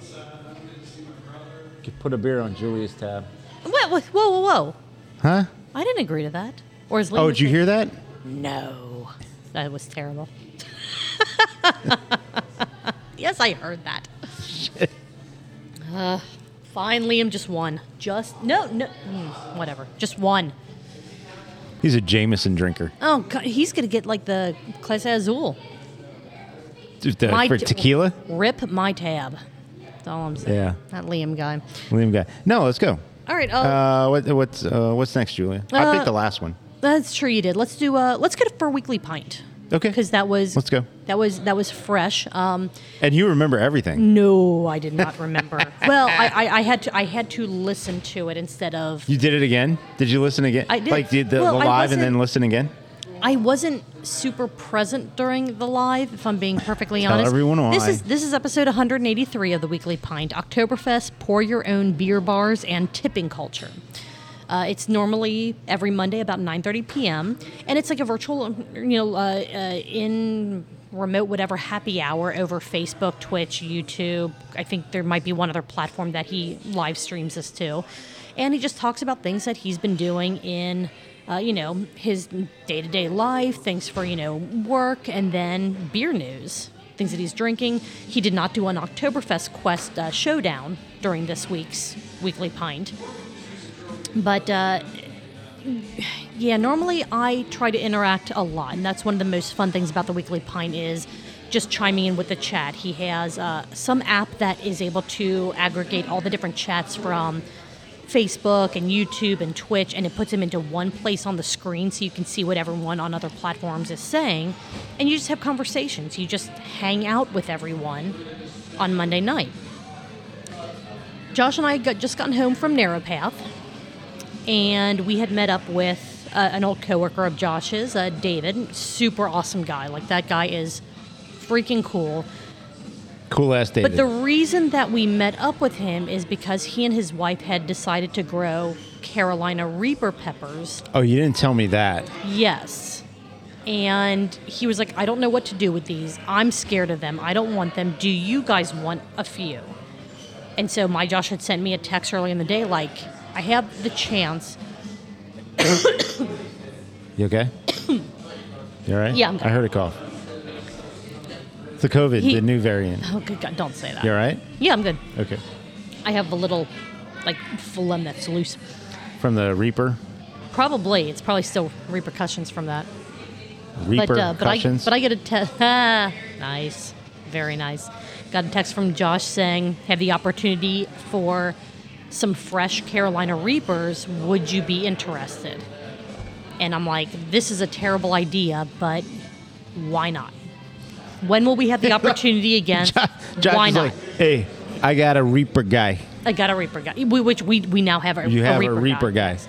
S4: Could put a beer on Julia's tab.
S3: Whoa, whoa, whoa, whoa!
S2: Huh?
S3: I didn't agree to that. Or is
S2: Oh, did you hear that?
S3: No, that was terrible. <laughs> yes, I heard that. uh, fine, Liam, just one. Just no, no, mm, whatever. Just one.
S2: He's a Jameson drinker.
S3: Oh, God, he's gonna get like the Clase Azul.
S2: The-
S3: My
S2: for
S3: t-
S2: tequila.
S3: Rip my tab. That's all I'm saying.
S2: Yeah.
S3: That Liam guy.
S2: Liam guy. No, let's go.
S3: All right. Oh,
S2: Uh, what, what's uh, what's next, Julia? I
S3: Uh,
S2: picked the last one.
S3: that's true. You did. Let's do. Uh, let's get it for a weekly pint.
S2: Okay.
S3: because that was
S2: Let's go.
S3: That was that was fresh. Um,
S2: And you remember everything.
S3: Mm. no, I did not
S2: <laughs>
S3: remember. well, I, I, I had to I had to listen to it instead of
S2: You did it again? Did you listen again?
S3: I did.
S2: Like did the,
S3: Well,
S2: the
S3: I
S2: live and then listen
S3: wasn't-
S2: again?
S3: I wasn't super present during the live, if I'm being perfectly honest.
S2: everyone
S3: This
S2: why.
S3: is this is episode 183 of the Weekly Pint, Oktoberfest, pour your own beer bars, and tipping culture. Uh, it's normally every Monday about 9:30 p.m. and it's like a virtual, you know, uh, uh, in remote whatever happy hour over Facebook, Twitch, YouTube. I think there might be one other platform that he live streams this to, and he just talks about things that he's been doing in, uh, you know, his day-to-day life, things for you know work, and then beer news. Things that he's drinking. He did not do an Oktoberfest Quest uh, showdown during this week's weekly pint. But uh, yeah, normally I try to interact a lot, and that's one of the most fun things about the Weekly Pint is just chiming in with the chat. He has uh, some app that is able to aggregate all the different chats from Facebook and YouTube and Twitch, and it puts them into one place on the screen so you can see what everyone on other platforms is saying, and you just have conversations. You just hang out with everyone on Monday night. Josh and I got just gotten home from Narrowpath, and we had met up with uh, an old coworker of Josh's, uh, David. Super awesome guy. Like that guy is freaking cool.
S2: Cool ass David.
S3: But the reason that we met up with him is because he and his wife had decided to grow Carolina Reaper peppers
S2: oh, you didn't tell me that.
S3: Yes. And he was like, I don't know what to do with these. I'm scared of them. I don't want them. Do you guys want a few? And so my Josh had sent me a text early in the day like, I have the chance.
S2: You
S3: <coughs>
S2: okay? you all right?
S3: Yeah, I'm good.
S2: I heard a cough. The COVID,
S3: He-
S2: the new variant.
S3: Oh, good God, don't say that.
S2: You all right?
S3: Yeah, I'm good.
S2: Okay.
S3: I have a little, like, phlegm that's loose.
S2: From the Reaper.
S3: Probably. It's probably still repercussions from that.
S2: Reaper
S3: but, uh, but I
S2: cushions.
S3: but I get a text. <laughs> nice, very nice. Got a text from Josh saying, "Have the opportunity for some fresh Carolina Reapers. Would you be interested?" And I'm like, "This is a terrible idea, but why not? When will
S2: <laughs>
S3: we have the opportunity again?
S2: Josh
S3: why
S2: is
S3: not?
S2: like, hey, I got a Reaper guy.
S3: I got a Reaper guy, we, which we we now have a,
S2: You have a
S3: Reaper,
S2: Reaper, guy.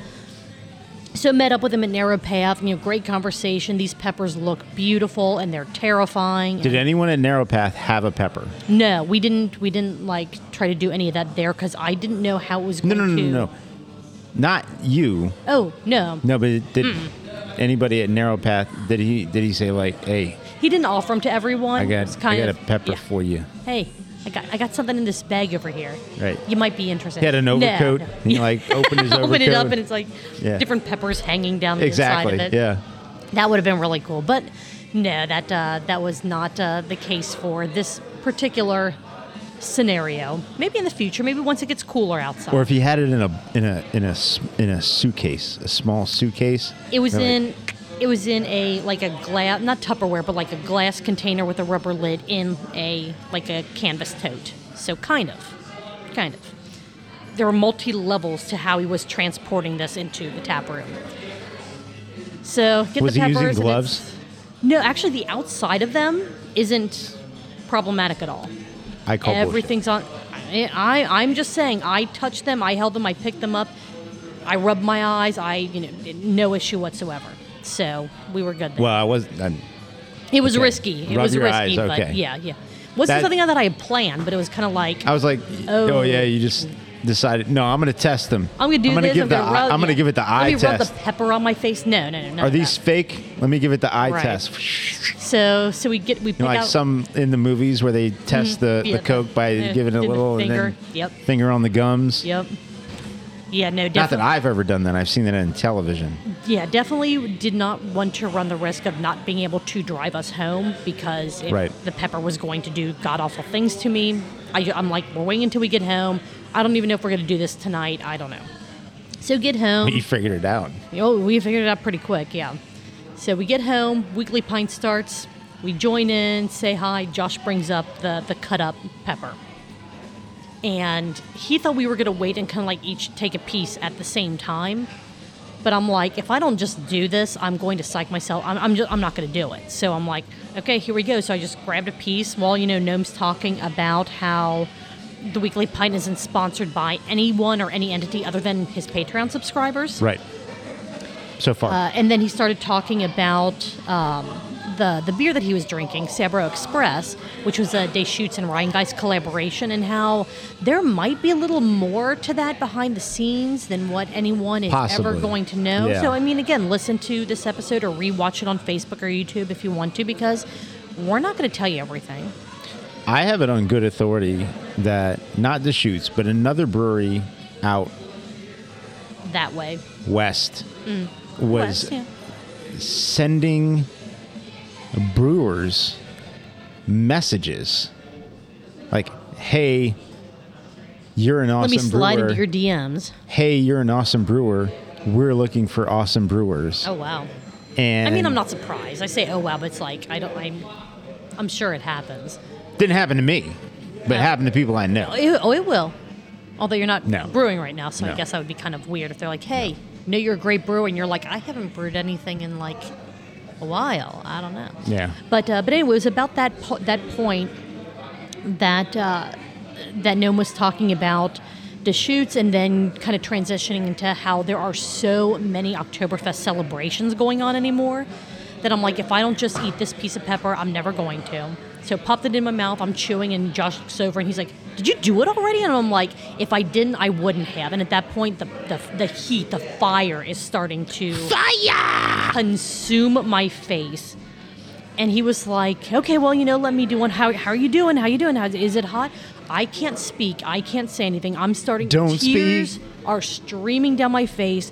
S3: So met up with him at Narrow Path. You know, great conversation. These peppers look beautiful, and they're terrifying.
S2: Did anyone at Narrow Path have a pepper?
S3: No, we didn't. We didn't like try to do any of that there because I didn't know how it was
S2: No,
S3: going
S2: no, no,
S3: to.
S2: no, no. Not you.
S3: Oh no,
S2: No, but did anybody at Narrow Path did he did he say like, hey,
S3: he didn't offer them to everyone.
S2: I
S3: It's
S2: got I
S3: kind
S2: got a
S3: of-
S2: pepper
S3: yeah.
S2: for you.
S3: Hey, I got I got something in this bag over here.
S2: Right.
S3: You might be interested.
S2: He had an
S3: No,
S2: overcoat.
S3: no.
S2: and He
S3: <laughs>
S2: like opened his overcoat.
S3: Open it up and it's like
S2: Yeah.
S3: different peppers hanging down the
S2: exactly.
S3: inside of it.
S2: Yeah.
S3: That would have been really cool, but no, that uh, that was not uh, the case for this particular scenario. Maybe in the future, maybe once it gets cooler outside.
S2: Or if he had it in a in a in a s- in a suitcase, a small suitcase.
S3: It was
S2: They're like,
S3: in it was in a like a glass not Tupperware but like a glass container with a rubber lid in a like a canvas tote. So kind of. Kind of. There were multi levels to how he was transporting this into the tap room. So get
S2: Was
S3: the
S2: he
S3: peppers.
S2: using
S3: and
S2: gloves?
S3: it's- No, actually the outside of them isn't problematic at all.
S2: I call bullshit.
S3: Everything's on. I, I, I'm just saying. I touched them. I held them. I picked them up. I rubbed my eyes. I, you know, no issue whatsoever. So we were good. There.
S2: Well, I was. I'm,
S3: it was
S2: okay.
S3: risky. It
S2: Rub
S3: was
S2: your
S3: risky,
S2: eyes,
S3: but
S2: okay.
S3: yeah, yeah. Wasn't
S2: That-
S3: something that I had planned, but it was kind of like
S2: I was like, oh.
S3: Oh.
S2: yeah, you just decided. No, I'm gonna test them.
S3: I'm gonna do
S2: I'm gonna
S3: this.
S2: Give
S3: I'm
S2: the,
S3: gonna
S2: eye-
S3: rub.
S2: I'm gonna
S3: yeah.
S2: give it the eye
S3: Let me
S2: test.
S3: rub the pepper on my face. No, no, no. no
S2: Are these fake? Let me give it the eye
S3: Right.
S2: test.
S3: So, so we get we pick
S2: You know, like
S3: out
S2: some in the movies where they test the,
S3: yeah.
S2: the coke by
S3: Mm-hmm. Yeah,
S2: giving it a
S3: did the
S2: little
S3: finger.
S2: and then
S3: Yep.
S2: finger on the gums.
S3: Yep. Yeah, no,
S2: Not
S3: definitely.
S2: that I've ever done that. I've seen that in television.
S3: Yeah, definitely did not want to run the risk of not being able to drive us home because if
S2: Right.
S3: the pepper was going to do god awful things to me. I, am like, we're waiting until we get home. I don't even know if we're going to do this tonight. I don't know. So get home.
S2: You figured it out.
S3: Oh, we figured it out pretty quick, yeah. So we get home, weekly pint starts, we join in, say hi, Josh brings up the, the cut up pepper. And he thought we were gonna wait and kinda like each take a piece at the same time. But I'm like, if I don't just do this, I'm going to psych myself. I'm, I'm, just, I'm not going to do it. So I'm like, okay, here we go. So I just grabbed a piece while, you know, Gnome's talking about how the Weekly Pint isn't sponsored by anyone or any entity other than his Patreon subscribers.
S2: Right. So far.
S3: Uh, and then he started talking about um, the the beer that he was drinking, Sabro Express, which was a Deschutes and Rheingeist collaboration, and how there might be a little more to that behind the scenes than what anyone is ever
S2: Possibly.
S3: going to know.
S2: Yeah.
S3: So I mean, again, listen to this episode or rewatch it on Facebook or YouTube if you want to, because we're not going to tell you everything.
S2: I have it on good authority that not the shoots, but another brewery out
S3: That way,
S2: west
S3: Wes,
S2: was
S3: yeah.
S2: sending brewers messages like, "Hey, you're an
S3: let
S2: awesome
S3: me slide
S2: brewer.
S3: into your DMs.
S2: hey, you're an awesome brewer. We're looking for awesome brewers."
S3: Oh wow.
S2: And
S3: I mean, I'm not surprised. I say, oh wow, but it's like I don't. I'm, I'm sure it happens.
S2: Didn't happen to me,
S3: Uh,
S2: but happened to people I know.
S3: It, oh, it will. Although you're not
S2: No.
S3: brewing right now, so I
S2: No.
S3: guess that would be kind of weird if they're like, hey, know you're a great brewer, and you're like, I haven't brewed anything in like a while. I don't know.
S2: Yeah.
S3: But uh, but anyway, it was about that po- that point that uh, that Gnome was talking about Deschutes, and then kind of transitioning into how there are so many Oktoberfest celebrations going on anymore that I'm like, if I don't just eat this piece of pepper, I'm never going to. So popped it in my mouth. I'm chewing, and Josh looks over, and he's like, "Did you do it already?" And I'm like, "If I didn't, I wouldn't have." And at that point, the the, the heat, the fire is starting to consume my face. And he was like, "Okay, well, you know, let me do one. How, how are you doing? How are you doing? How, is it hot? I can't speak. I can't say anything. I'm starting.
S2: Don't
S3: tears
S2: speak.
S3: are streaming down my face.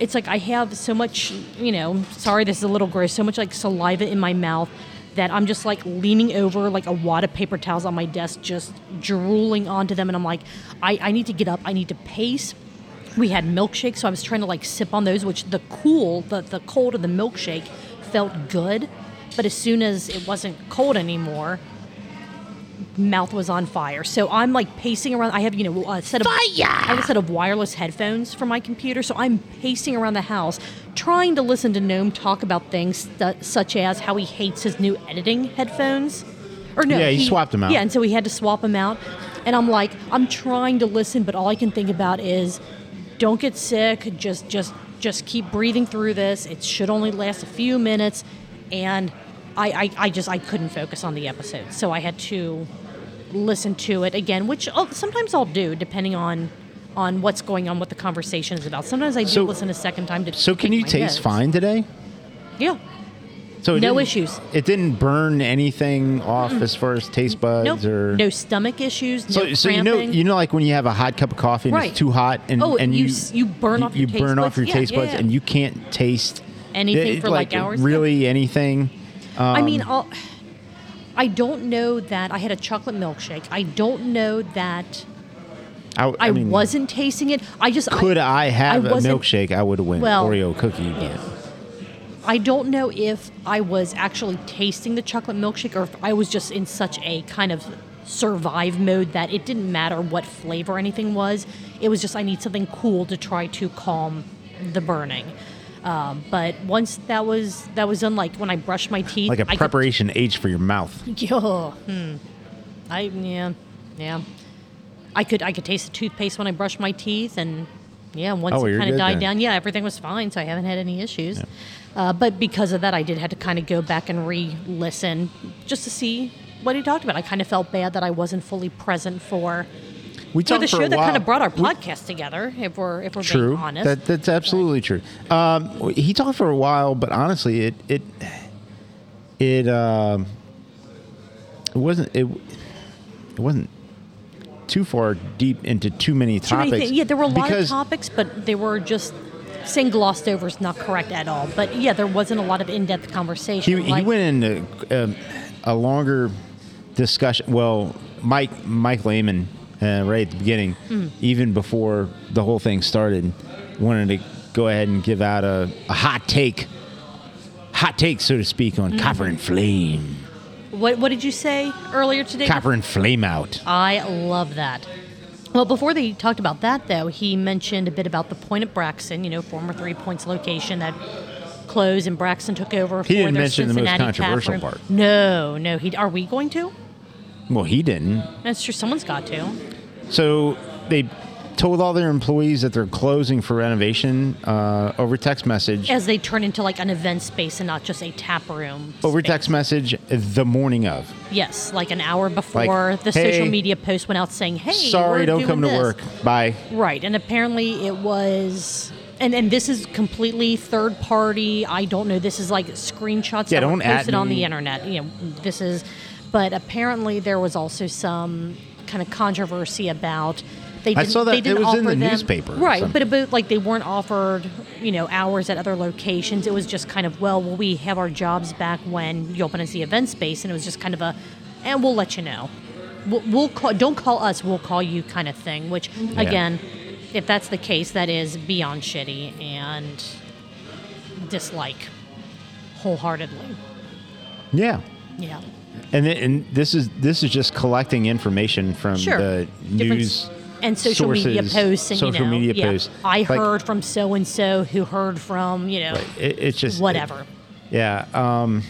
S3: It's like I have so much, you know. Sorry, this is a little gross. So much like saliva in my mouth that I'm just like leaning over like a wad of paper towels on my desk, just drooling onto them. And I'm like, I, I need to get up. I need to pace. We had milkshakes, so I was trying to like sip on those, which the cool, the, the cold of the milkshake felt good. But as soon as it wasn't cold anymore, mouth was on fire. So I'm like pacing around. I have, you know, a set of I have a set of wireless headphones for my computer. So I'm pacing around the house trying to listen to Gnome talk about things that, such as how he hates his new editing headphones. Or no,
S2: Yeah, he swapped 'em out.
S3: Yeah, and so he had to swap them out. And I'm like, I'm trying to listen, but all I can think about is don't get sick. Just just just keep breathing through this. It should only last a few minutes. And I, I, I just I couldn't focus on the episode. So I had to listen to it again, which I'll, sometimes I'll do depending on on what's going on, what the conversation is about. Sometimes I do
S2: So-
S3: listen a second time to.
S2: So can
S3: take
S2: you
S3: my
S2: taste
S3: notes.
S2: fine today?
S3: Yeah.
S2: So it
S3: No
S2: didn't-
S3: issues. Mm.
S2: It didn't burn anything off as far as taste buds
S3: Nope.
S2: or
S3: No stomach issues.
S2: So,
S3: no
S2: so you know,
S3: cramping.
S2: you know, like when you have a hot cup of coffee and
S3: Right.
S2: it's too hot, and,
S3: Oh,
S2: and
S3: you s- you burn off your
S2: you
S3: taste
S2: burn
S3: buds.
S2: off your
S3: Yeah,
S2: taste
S3: yeah,
S2: buds,
S3: yeah.
S2: and you can't taste
S3: Anything
S2: it-
S3: for, like, hours, yeah.
S2: Really, anything?
S3: I
S2: um,
S3: mean, I'll, I don't know that I had a chocolate milkshake. I don't know that
S2: I,
S3: I,
S2: mean,
S3: wasn't tasting it. I just I-
S2: Could I have
S3: I
S2: a
S3: wasn't-
S2: milkshake? I would have went
S3: Well,
S2: Oreo cookie. But
S3: I don't know if I was actually tasting the chocolate milkshake or if I was just in such a kind of survive mode that it didn't matter what flavor anything was. It was just I need something cool to try to calm the burning. Um, but once that was that was done, like when I brushed my teeth,
S2: like a
S3: I could-
S2: preparation age for your mouth.
S3: Yo, hmm. I yeah, yeah. I could I could taste the toothpaste when I brushed my teeth, and yeah, once
S2: Oh,
S3: it
S2: you're
S3: kind of
S2: good
S3: died
S2: then.
S3: down, yeah, everything was fine, so I haven't had any issues. Uh, but because of that, I did have to kind of go back and re-listen just to see what he talked about. I kind of felt bad that I wasn't fully present for,
S2: We
S3: for
S2: talked
S3: the
S2: for
S3: show
S2: a
S3: that
S2: while.
S3: kind of brought our
S2: We-
S3: podcast together. If we're if we're
S2: True.
S3: being honest,
S2: That, that's absolutely true. Um, he talked for a while, but honestly, it it it um, it wasn't it it wasn't too far deep into too many
S3: too many
S2: topics.
S3: things. Yeah, there were a lot
S2: because
S3: of topics, but they were just saying glossed over is not correct at all. But yeah, there wasn't a lot of in depth
S2: He
S3: conversation.
S2: he
S3: like-
S2: went into um, a longer discussion. Well, Mike Mike Lehman uh, right at the beginning,
S3: Hmm.
S2: even before the whole thing started, wanted to go ahead and give out a, a hot take. Hot take, so to speak,
S3: Hmm.
S2: on copper and flame.
S3: What What did you say earlier today?
S2: Copper and Flame Out.
S3: I love that. Well, before they talked about that, though, he mentioned a bit about the point at Braxton, you know, former Three Points location that closed and Braxton took over.
S2: He
S3: for
S2: didn't
S3: their
S2: mention the most
S3: Cincinnati
S2: controversial
S3: tap room.
S2: part.
S3: No, no. He, are we going to?
S2: Well, he didn't.
S3: That's true. Someone's got to.
S2: So they told all their employees that they're closing for renovation uh, over text message.
S3: As they turn into like an event space and not just a tap room.
S2: Over
S3: space.
S2: text message the morning of.
S3: Yes, like an hour before the
S2: "Hey,
S3: social media post went out saying, "Hey,
S2: Sorry,
S3: we're
S2: don't
S3: doing
S2: come to
S3: this."
S2: work. Bye.
S3: Right, and apparently it was, and and this is completely third party. I don't know. This is like screenshots
S2: Yeah,
S3: that
S2: don't
S3: were
S2: at
S3: posted on
S2: me.
S3: the internet. You know, this is, but apparently there was also some kind of controversy about. They
S2: I
S3: didn't,
S2: saw that
S3: they didn't
S2: it was in
S3: offer
S2: the
S3: them-
S2: newspaper or
S3: right?
S2: something.
S3: But but like they weren't offered, you know, hours at other locations. It was just kind of well, will we have our jobs back when you open us the event space? And it was just kind of a, and we'll let you know. We'll, we'll call. Don't call us. We'll call you, kind of thing. Which again, if that's the case, that is beyond shitty and dislike wholeheartedly.
S2: Yeah.
S3: Yeah.
S2: And th- and this is this is just collecting information from
S3: Sure.
S2: the
S3: Different
S2: uh, news
S3: s- and social media
S2: sources,
S3: posts and
S2: social
S3: you know,
S2: media
S3: yeah,
S2: posts.
S3: I
S2: Like,
S3: heard from so and so who heard from you know
S2: it, it's just
S3: whatever.
S2: yeah. Um,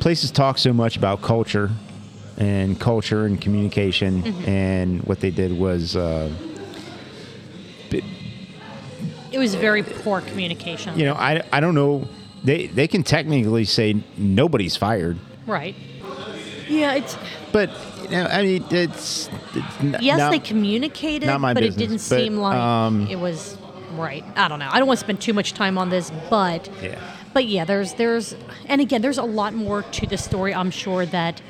S2: places talk so much about culture and culture and communication,
S3: Mm-hmm.
S2: and what they did was uh,
S3: It was very poor communication.
S2: you know I I don't know they they can technically say nobody's fired,
S3: Right. Yeah, it's
S2: but you know, I mean it's, it's n-
S3: yes,
S2: not-
S3: they communicated,
S2: not my
S3: but
S2: business,
S3: it didn't
S2: but,
S3: seem like
S2: um,
S3: it was right. I don't know. I don't want to spend too much time on this, but
S2: Yeah.
S3: but yeah, there's there's and again, there's a lot more to the story. I'm sure that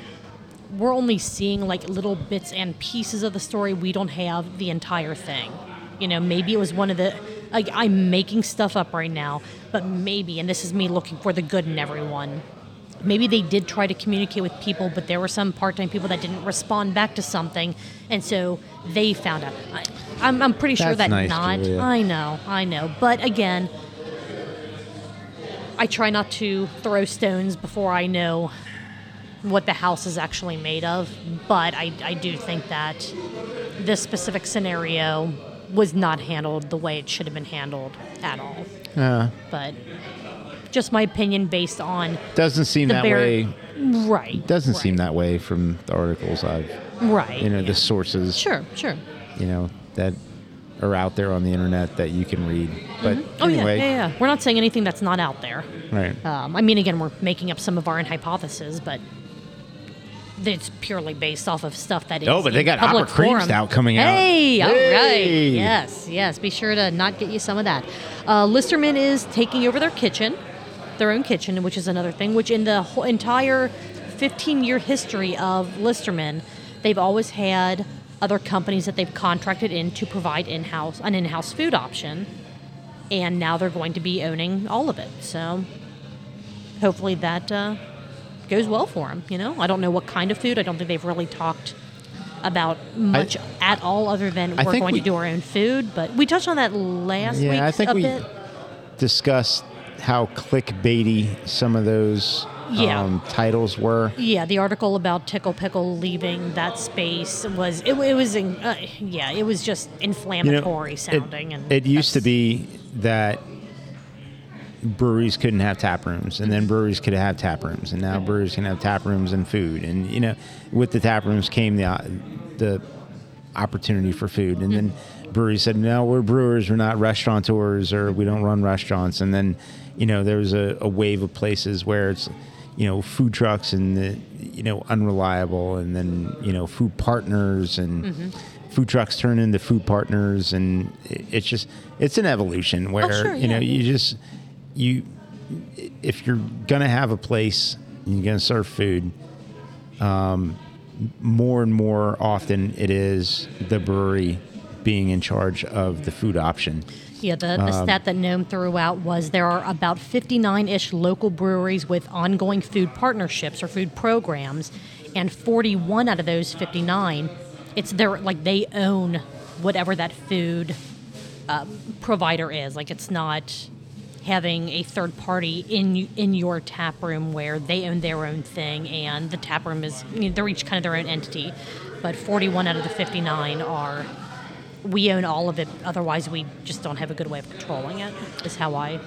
S3: we're only seeing like little bits and pieces of the story. We don't have the entire thing. You know, maybe it was one of the like I'm making stuff up right now, but maybe and this is me looking for the good in everyone. Maybe they did try to communicate with people, but there were some part-time people that didn't respond back to something, and so they found out. I, I'm, I'm pretty sure
S2: That's
S3: that
S2: nice,
S3: not.
S2: Julia.
S3: I know, I know, but again, I try not to throw stones before I know what the house is actually made of, but I, I do think that this specific scenario was not handled the way it should have been handled at all.
S2: uh,
S3: But just my opinion based on
S2: doesn't seem
S3: the
S2: that
S3: bare-
S2: way.
S3: right.
S2: Doesn't
S3: right,
S2: seem that way from the articles I've
S3: right.
S2: you know
S3: yeah.
S2: the sources.
S3: sure, sure.
S2: you know that are out there on the internet that you can read. But
S3: Oh
S2: anyway,
S3: yeah, yeah, yeah. We're not saying anything that's not out there.
S2: right?
S3: Um, I mean, again, we're making up some of our own hypotheses, but it's purely based off of stuff that is.
S2: Oh, but they
S3: in
S2: got
S3: public
S2: Opera Cream
S3: forum.
S2: Stout coming out.
S3: Hey, all right,
S2: Hey!
S3: yes, yes. Be sure to not get you some of that. Uh, Listerman is taking over their kitchen, their own kitchen, which is another thing. Which in the whole entire 15-year history of Listerman, they've always had other companies that they've contracted in to provide in-house an in-house food option and now they're going to be owning all of it. So hopefully that uh, goes well for them. You know, I don't know what kind of food. I don't think they've really talked about much at all, other than
S2: I
S3: we're
S2: think
S3: going
S2: we-
S3: to do our own food. But we touched on that last week
S2: yeah, I think
S3: a
S2: we
S3: bit.
S2: discussed how clickbaity some of those
S3: Yeah.
S2: um, titles were.
S3: Yeah, the article about Tickle Pickle leaving that space was it, it was in, uh, yeah it was just
S2: You know,
S3: inflammatory
S2: it-
S3: sounding and
S2: it used to
S3: that's-
S2: be that breweries couldn't have tap rooms, and then breweries could have tap rooms, and now breweries can have tap rooms and food, and you know, with the tap rooms came the o- the opportunity for food, and
S3: <laughs>
S2: then breweries said, "No, we're brewers, we're not restaurateurs, or we don't run restaurants," and then you know there was a, a wave of places where it's you know food trucks and the you know unreliable, and then you know food partners and.
S3: Mm-hmm.
S2: Food trucks turn into food partners, and it- it's just it's an evolution where
S3: Oh, sure,
S2: you know
S3: yeah.
S2: you just you if you're gonna have a place and you're gonna serve food, um, more and more often it is the brewery being in charge of the food option.
S3: Yeah, the, the stat that Gnome threw out was there are about 59 ish local breweries with ongoing food partnerships or food programs, and 41 out of those 59, it's their, like they own whatever that food uh, provider is. Like it's not having a third party in y- in your tap room where they own their own thing and the tap room is you know, they're each kind of their own entity but 41 out of the 59 are we own all of it. Otherwise, we just don't have a good way of controlling it. Is how I.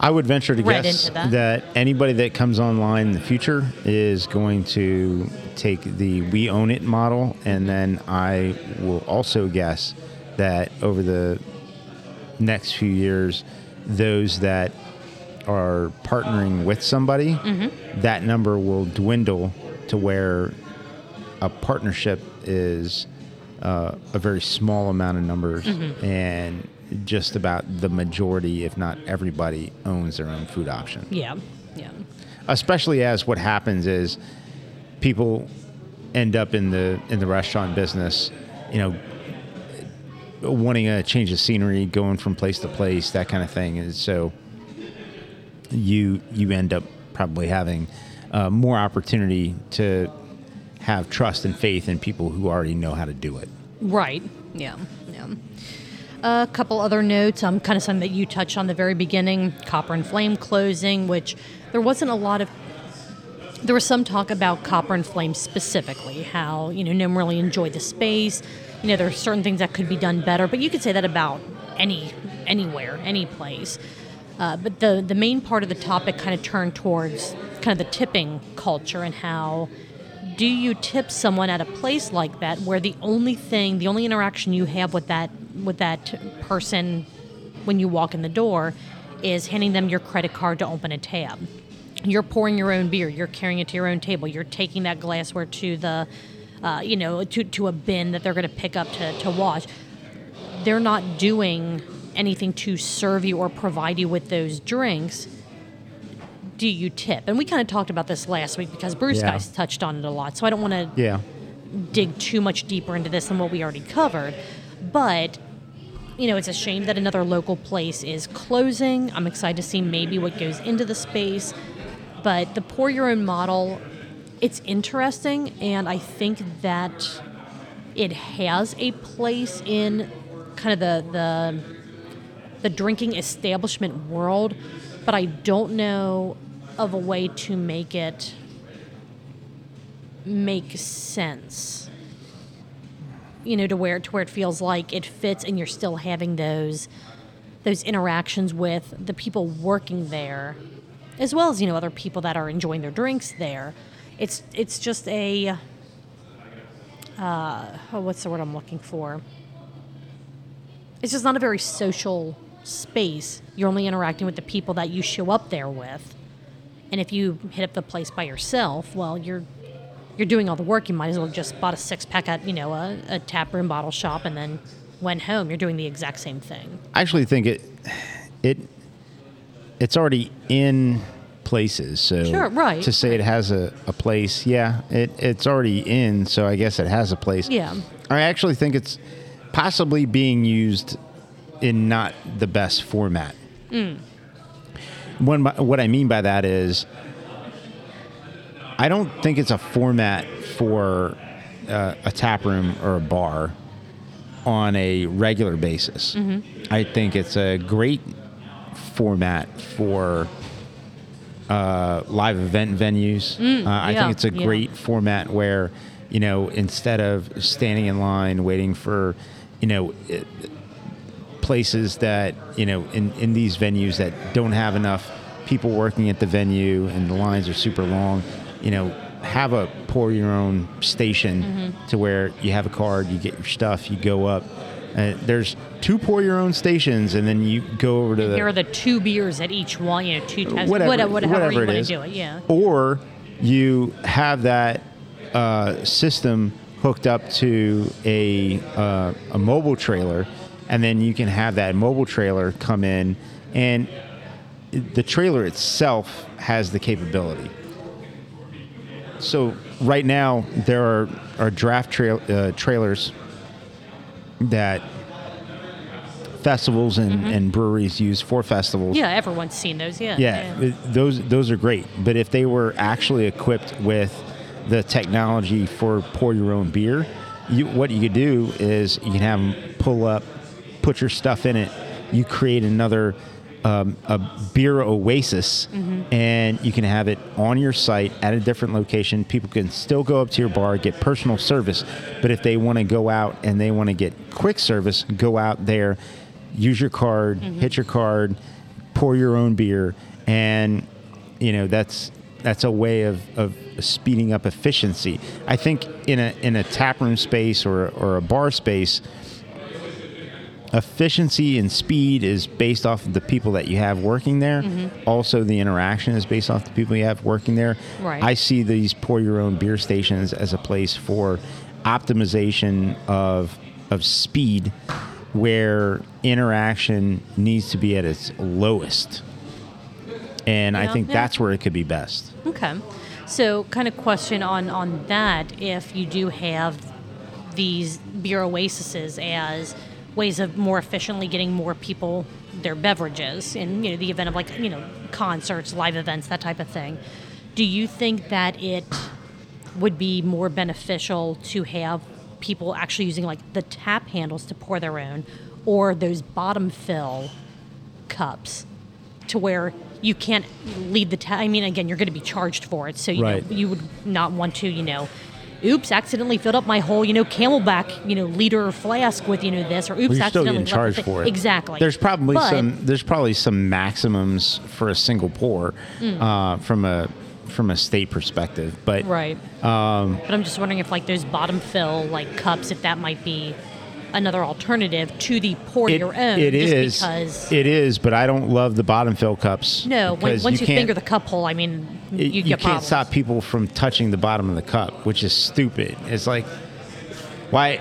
S2: I would venture to
S3: Read
S2: guess
S3: into that.
S2: that. anybody that comes online in the future is going to take the we own it model, and then I will also guess that over the next few years, those that are partnering with somebody,
S3: Mm-hmm.
S2: that number will dwindle to where a partnership is uh, a very small amount of numbers, and just about the majority, if not everybody, owns their own food option
S3: Yeah. Yeah.
S2: especially as what happens is people end up in the in the restaurant business, you know, wanting a change of scenery, going from place to place, that kind of thing, and so you you end up probably having uh, more opportunity to have trust and faith in people who already know how to do it.
S3: Right. Yeah. Yeah. A couple other notes. Um, kind of something that you touched on the very beginning. Copper and Flame closing, which there wasn't a lot of. There was some talk about Copper and Flame specifically. How you know Nim really enjoyed the space. You know there are certain things that could be done better, but you could say that about any anywhere, any place. Uh, but the the main part of the topic kind of turned towards kind of the tipping culture and how do you tip someone at a place like that where the only thing the only interaction you have with that with that person when you walk in the door is handing them your credit card to open a tab you're pouring your own beer you're carrying it to your own table you're taking that glassware to the uh, you know to, to a bin that they're going to pick up to, to wash they're not doing anything to serve you or provide you with those drinks do you tip and we kind of talked about this last week because bruce
S2: Yeah.
S3: guys touched on it a lot so i don't want to
S2: Yeah.
S3: dig too much deeper into this than what we already covered. But you know, it's a shame that another local place is closing. I'm excited to see maybe what goes into the space. But the pour your own model, it's interesting, and I think that it has a place in kind of the the the drinking establishment world, but I don't know of a way to make it make sense. You know, to where to where it feels like it fits, and you're still having those those interactions with the people working there, as well as you know other people that are enjoying their drinks there. It's it's just a uh, oh, what's the word I'm looking for? It's just not a very social space. You're only interacting with the people that you show up there with, and if you hit up the place by yourself, well, you're you're doing all the work, you might as well just bought a six pack at you know a, a tap room bottle shop, and then went home. You're doing the exact same thing.
S2: I actually think it it it's already in places. So
S3: Sure, right,
S2: to say it has a, a place, yeah, it, it's already in, so I guess it has a place.
S3: Yeah.
S2: I actually think it's possibly being used in not the best format.
S3: Mm.
S2: When, what I mean by that is I don't think it's a format for uh, a tap room or a bar on a regular basis.
S3: Mm-hmm.
S2: I think it's a great format for uh, live event venues. uh, I
S3: Mm, yeah,
S2: think it's a
S3: yeah.
S2: great format where, you know, instead of standing in line waiting for, you know, i- places that, you know, in, in these venues that don't have enough people working at the venue and the lines are super long, you know, have a pour your own station to where you have a card, you get your stuff, you go up. Uh, there's two pour your own stations, and then you go over to the
S3: Here are the two beers at each one, you know, two times,
S2: Uh, whatever,
S3: whatever, whatever,
S2: whatever
S3: you
S2: it
S3: want
S2: is.
S3: to do it. Yeah,
S2: Or you have that uh, system hooked up to a uh, a mobile trailer, and then you can have that mobile trailer come in, and the trailer itself has the capability. So right now there are are draft trail uh, trailers that festivals and,
S3: Mm-hmm.
S2: and breweries use for festivals
S3: yeah. Everyone's seen those. Yeah.
S2: yeah, th- those those are great. But if they were actually equipped with the technology for pour your own beer, you, what you could do is you can have them pull up, put your stuff in it. You create another um, a beer oasis, and you can have it on your site at a different location. People can still go up to your bar, get personal service, but if they want to go out and they want to get quick service, go out there, use your card, hit your card, pour your own beer, and you know that's that's a way of, of speeding up efficiency. I think in a in a tap room space or or a bar space, efficiency and speed is based off of the people that you have working there.
S3: Mm-hmm.
S2: Also, the interaction is based off the people you have working there.
S3: Right.
S2: I see these pour your own beer stations as a place for optimization of of speed, where interaction needs to be at its lowest. And I
S3: Yeah,
S2: think
S3: yeah.
S2: that's where it could be best.
S3: Okay. So, kind of question on on that if you do have these beer oases as ways of more efficiently getting more people their beverages in you know the event of like you know concerts, live events, that type of thing. Do you think that it would be more beneficial to have people actually using like the tap handles to pour their own or those bottom fill cups to where you can't leave the ta- I mean again you're going to be charged for it so you
S2: Right.
S3: know you would not want to you know oops accidentally filled up my whole you know camelback you know liter or flask with you know this or oops
S2: Well, you're still getting
S3: accidentally left the
S2: charged
S3: thing-
S2: for it.
S3: exactly
S2: There's probably
S3: But-
S2: some. There's probably some maximums for a single pour
S3: Mm.
S2: uh, from a from a state perspective, but
S3: right
S2: Um,
S3: but I'm just wondering if like those bottom fill like cups if that might be another alternative to the pour
S2: it,
S3: your own
S2: it
S3: just
S2: is.
S3: because
S2: It is, but I don't love the bottom fill cups.
S3: No, when,
S2: because
S3: once you,
S2: can't-
S3: finger the cup hole, I mean,
S2: it-
S3: you,
S2: you,
S3: get
S2: can't
S3: problems.
S2: stop people from touching the bottom of the cup, which is stupid. It's like, why?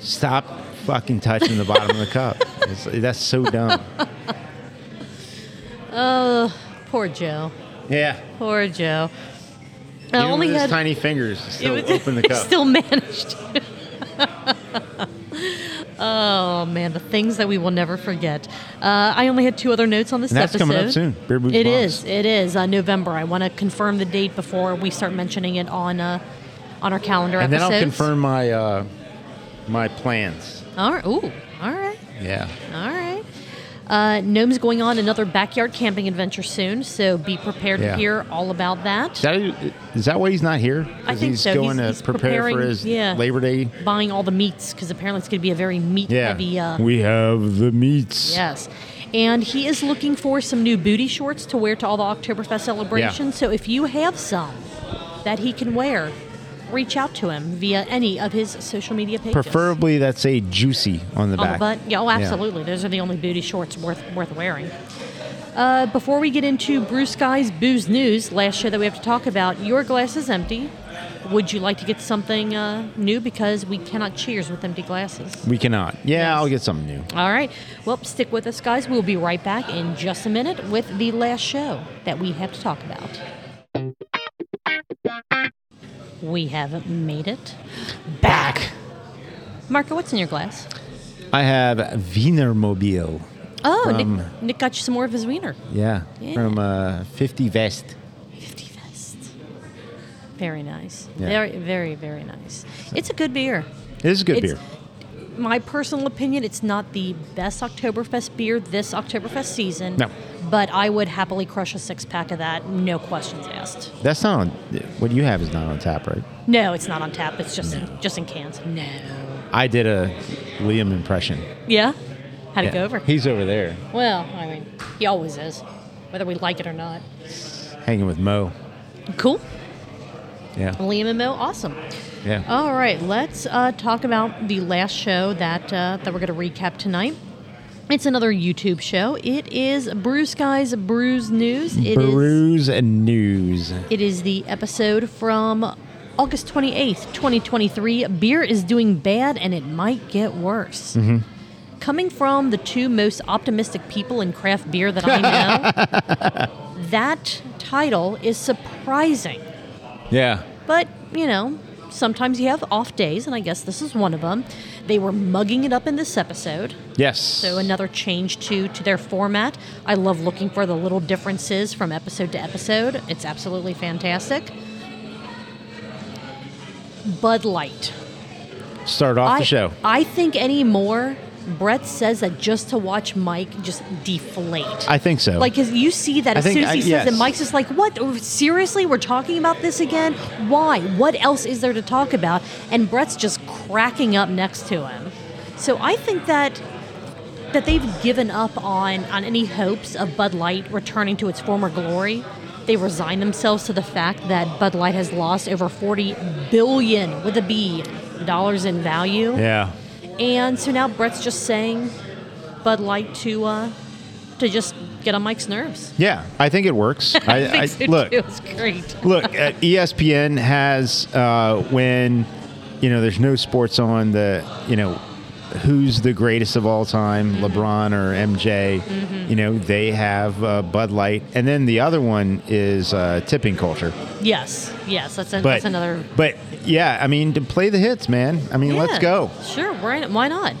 S2: Stop fucking touching the bottom of the
S3: <laughs>
S2: cup. It's, that's so dumb.
S3: Poor Joe.
S2: Yeah.
S3: Poor Joe. I
S2: Even
S3: only
S2: with his
S3: had-
S2: tiny fingers, he still
S3: <laughs> it was-
S2: open
S3: <laughs>
S2: the cup.
S3: still managed. <laughs> to. oh man, the things that we will never forget. Uh, I only had two other notes on this
S2: And that's
S3: episode.
S2: coming up soon. Beer Boots
S3: It
S2: Box.
S3: is, It is uh, November. I want to confirm the date before we start mentioning it on uh, on our calendar
S2: and then I'll
S3: episodes.
S2: confirm my uh, my plans.
S3: All right. Ooh. All right.
S2: Yeah.
S3: All right. Uh, Gnome's going on another backyard camping adventure soon, so be prepared
S2: Yeah.
S3: to hear all about that.
S2: Is that, is that why he's not here?
S3: I
S2: 'Cause
S3: think
S2: he's
S3: so.
S2: going
S3: He's-
S2: to
S3: he's
S2: prepare for
S3: preparing-
S2: his
S3: yeah.
S2: Labor Day.
S3: Buying all the meats because apparently it's going to be a very meat
S2: Yeah.
S3: heavy. Uh,
S2: we have the meats.
S3: yes. And he is looking for some new booty shorts to wear to all the Oktoberfest celebrations. So if you have some that he can wear, reach out to him via any of his social media pages.
S2: Preferably that's a juicy on the
S3: on
S2: back.
S3: the butt. Yeah, oh, absolutely. Those are the only booty shorts worth worth wearing. Uh, before we get into Bruce Guy's booze news, last show that we have to talk about, your glass is empty. Would you like to get something uh, new because we cannot cheers with empty glasses?
S2: We cannot. Yeah,
S3: Yes.
S2: I'll get something new.
S3: All right. Well, stick with us, guys. We'll be right back in just a minute with the last show that we have to talk about. We haven't made it back. Marco, what's in your glass?
S2: I have Wienermobile.
S3: Oh,
S2: From-
S3: Nick, Nick got you some more of his wiener.
S2: Yeah.
S3: Yeah.
S2: From uh, 50 Vest.
S3: 50 Fest. Very nice.
S2: Yeah.
S3: Very, very, very nice. It's a good beer.
S2: This is good
S3: It's-
S2: beer.
S3: My personal opinion, it's not the best Oktoberfest beer this Oktoberfest season.
S2: No.
S3: But I would happily crush a six pack of that, no questions asked.
S2: That's not on. What you have is not on tap, right?
S3: No, it's not on tap. It's just in, just in cans. No.
S2: I did a Liam impression.
S3: Yeah. How'd
S2: Yeah.
S3: it go over?
S2: He's over there
S3: well, I mean, he always is, whether we like it or not.
S2: hanging with Mo.
S3: Cool.
S2: Yeah.
S3: Liam and Mo, awesome.
S2: Yeah.
S3: All right, let's uh, talk about the last show that uh, that we're going to recap tonight. It's another YouTube show. It is Bruce Guy's Brews News. It is
S2: Brews and news.
S3: it is the episode from August twenty eighth, twenty twenty three. Beer is doing bad, and it might get worse. Coming from the two most optimistic people in craft beer that I know, that title is surprising.
S2: Yeah.
S3: But, you know, sometimes you have off days, and I guess this is one of them. They were mugging it up in this episode.
S2: Yes.
S3: So another change to to their format. I love looking for the little differences from episode to episode. It's absolutely fantastic. Bud Light.
S2: Start off
S3: I,
S2: the show.
S3: I think anymore Brett says that just to watch Mike just deflate.
S2: I think so.
S3: Like, 'cause you see that
S2: I
S3: as
S2: think-
S3: soon as
S2: I-
S3: he says
S2: yes.
S3: it, Mike's just like, "What? Oh, Seriously, we're talking about this again? Why? What else is there to talk about?" And Brett's just cracking up next to him. So I think that that they've given up on on any hopes of Bud Light returning to its former glory. They resign themselves to the fact that Bud Light has lost over 40 billion with a B dollars in value.
S4: Yeah.
S3: And so now Brett's just saying Bud Light to uh, to just get on Mike's nerves.
S2: yeah, I think it
S3: <laughs>
S2: works. I,
S3: think so
S2: look.
S3: too. It's great.
S2: Look, uh, ESPN has uh, when you know there's no sports on the you know who's the greatest of all time,
S3: Mm-hmm.
S2: LeBron or MJ. You know they have uh, Bud Light, and then the other one is uh, tipping culture.
S3: Yes, yes, that's, a,
S2: But
S3: that's another.
S2: But yeah, I mean to play the hits, man. I mean let's
S3: Yeah,
S2: go.
S3: Sure, why, why not?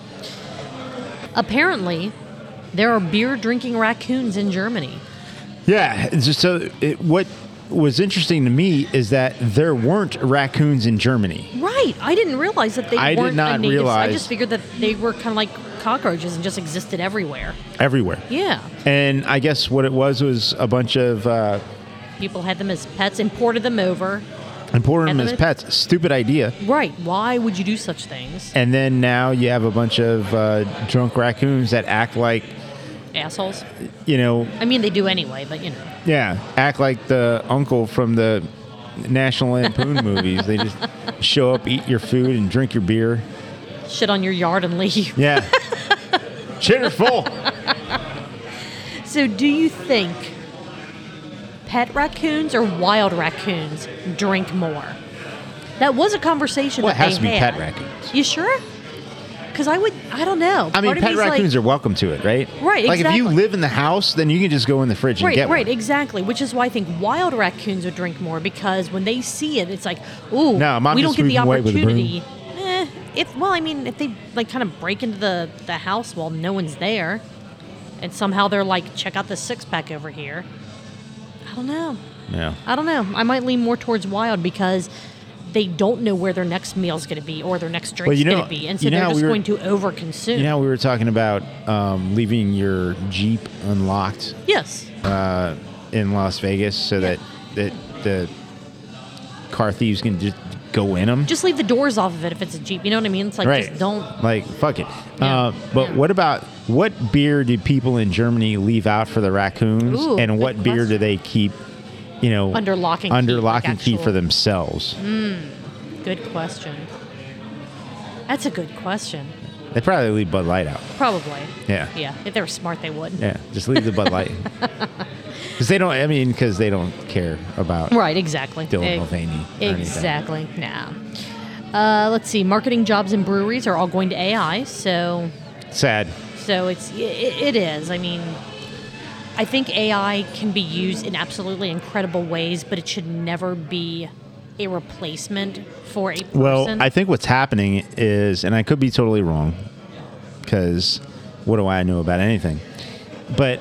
S3: Apparently, there are beer drinking raccoons in Germany.
S2: Yeah. it's just So it, what was interesting to me is that there weren't raccoons in Germany.
S3: Right, I didn't realize that they
S2: I did
S3: weren't
S2: not
S3: a native. I
S2: realize-
S3: just figured that they were kind of like cockroaches and just existed everywhere.
S2: Everywhere.
S3: Yeah,
S2: And I guess what it was was a bunch of uh,
S3: people had them as pets, imported them over.
S2: imported
S3: And
S2: them as
S3: then-
S2: pets. Stupid idea.
S3: Right, why would you do such things,
S2: And then now you have a bunch of uh, drunk raccoons that act like
S3: assholes?
S2: you know,
S3: I mean, they do anyway, but you know.
S2: yeah, act like the uncle from the National
S3: <laughs>
S2: Lampoon movies. They just show up, eat your food, and drink your beer.
S3: shit on your yard and <laughs> leave.
S2: Yeah. Shit are full.
S3: So, do you think pet raccoons or wild raccoons drink more? That was a conversation.
S2: Well, it
S3: that
S2: has
S3: they
S2: to be
S3: had.
S2: pet raccoons.
S3: You sure? Because I would. I don't know.
S2: I mean,
S3: Part of
S2: pet
S3: me's like-
S2: raccoons are welcome to it, right?
S3: Right,
S2: Like if you
S3: exactly.
S2: live in the house, then you can just go in the fridge and
S3: Right,
S2: get
S3: right,
S2: one.
S3: exactly. Which is why I think wild raccoons would drink more because when they see it, it's like, ooh,
S2: No, mom
S3: we
S2: can
S3: don't get the
S2: sweep 'em away with a broom.
S3: opportunity. Eh, if well, I mean, if they like kind of break into the the house while no one's there, and somehow they're like, check out the six pack over here. I don't know.
S2: Yeah.
S3: I don't know. I might lean more towards wild because they don't know where their next meal's going to be or their next drink's
S2: you know-
S3: going to be, and so
S2: you know
S3: they're
S2: how
S3: just
S2: we were-
S3: going to overconsume.
S2: You know, how we were talking about um, leaving your Jeep unlocked
S3: yes.
S2: uh, in Las Vegas so that, that the car thieves can just go in them.
S3: Just leave the doors off of it if it's a jeep. You know what I mean? It's like just don't.
S2: Like, fuck it.
S3: Yeah.
S2: Uh, but
S3: Yeah.
S2: what about what beer do people in Germany leave out for the raccoons?
S3: Ooh,
S2: and
S3: good
S2: what beer do
S3: question.
S2: they keep, you know,
S3: Under lock and
S2: under
S3: key,
S2: lock
S3: like
S2: and key
S3: actual-
S2: for themselves?
S3: Good question. That's a good question.
S2: They probably leave Bud Light out.
S3: Probably.
S2: Yeah.
S3: Yeah. If they were smart, they would.
S2: Yeah, just leave the Bud
S3: <laughs>
S2: Light. Because they don't, I mean, because they don't care about
S3: Right. Exactly.
S2: Dylan
S3: Ex-
S2: Mulvaney. or anything.
S3: Exactly. Nah. Uh, let's see. Marketing jobs in breweries are all going to AI. So,
S2: Sad.
S3: so it's i it is. I mean, I think AI can be used in absolutely incredible ways, but it should never be a replacement for a person.
S2: Well, I think what's happening is, and I could be totally wrong, because what do I know about anything? But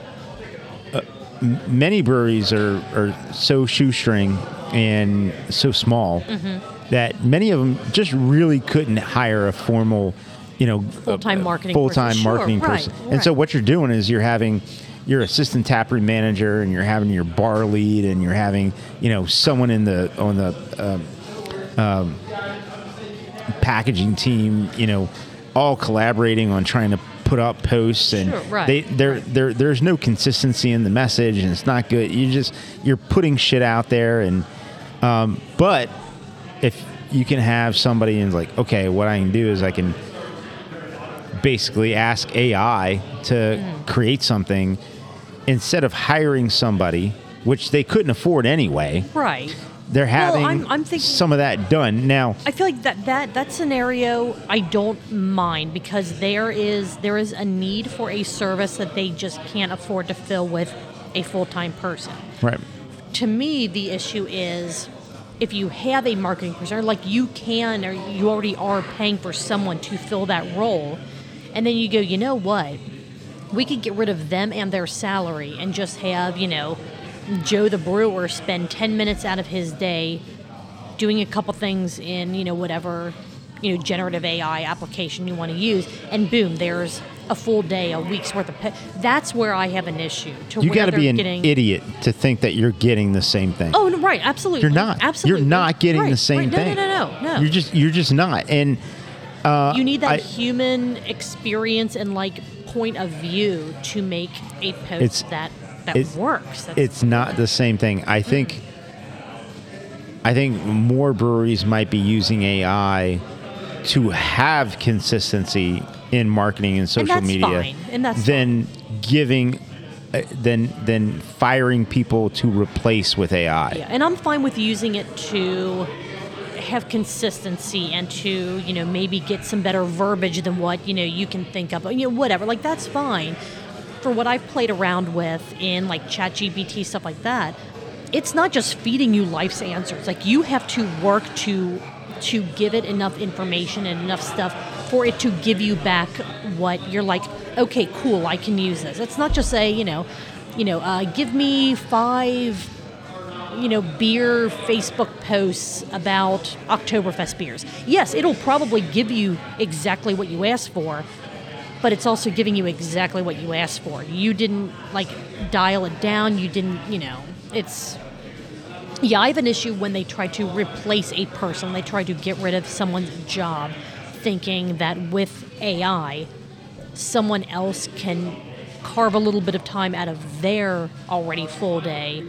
S2: uh, m- many breweries are, are so shoestring and so small
S3: Mm-hmm.
S2: that many of them just really couldn't hire a formal, you know,
S3: Full-time marketing
S2: full time
S3: person. Sure,
S2: marketing
S3: right,
S2: person. And so
S3: right.
S2: what you're doing is you're having your assistant taproom manager, and you're having your bar lead, and you're having you know someone in the on the uh, packaging team, you know, all collaborating on trying to put up posts and
S3: Sure, right,
S2: they there there there's no consistency in the message and it's not good. You just you're putting shit out there and um, but if you can have somebody and like, okay, what I can do is I can basically ask AI to
S3: Mm-hmm.
S2: create something instead of hiring somebody, which they couldn't afford anyway.
S3: right.
S2: They're having
S3: I'm- I'm thinking-
S2: some of that done now.
S3: I feel like that that that scenario I don't mind because there is there is a need for a service that they just can't afford to fill with a full-time person.
S2: Right.
S3: To me, the issue is if you have a marketing person, or like you can or you already are paying for someone to fill that role, and then you go, you know what? We could get rid of them and their salary and just have, you know, Joe the brewer spend 10 minutes out of his day doing a couple things in you know whatever you know generative AI application you want to use, and boom, there's a full day, a week's worth of. Pe- That's where I have an issue. To
S2: You
S3: where
S2: got to
S3: they're
S2: be an
S3: getting,
S2: idiot to think that you're getting the same thing.
S3: Oh no, right, absolutely.
S2: you're not.
S3: Absolutely.
S2: You're not getting
S3: Right,
S2: the same
S3: right. No,
S2: thing.
S3: No, no, no, no.
S2: You're just you're just not. And
S3: you need that
S2: I-
S3: human experience and like point of view to make a post
S2: It's-
S3: that that
S2: it's-
S3: works. That's,
S2: it's not the same thing.
S3: Mm.
S2: I think I think more breweries might be using AI to have consistency in marketing and social
S3: that's
S2: media
S3: fine, and that's
S2: than giving uh, than than firing people to replace with AI.
S3: yeah, and I'm fine with using it to have consistency and to you know maybe get some better verbiage than what you know you can think of. You know, whatever. Like that's fine. For what I've played around with in like ChatGPT stuff like that, it's not just feeding you life's answers. Like you have to work to to give it enough information and enough stuff for it to give you back what you're like. Okay, cool. I can use this. It's not just a you know, you know, uh, give me five you know, beer Facebook posts about Oktoberfest beers. Yes, it'll probably give you exactly what you asked for, but it's also giving you exactly what you asked for. You didn't like dial it down, you didn't, you know, it's yeah, I have an issue when they try to replace a person, they try to get rid of someone's job, thinking that with AI, someone else can carve a little bit of time out of their already full day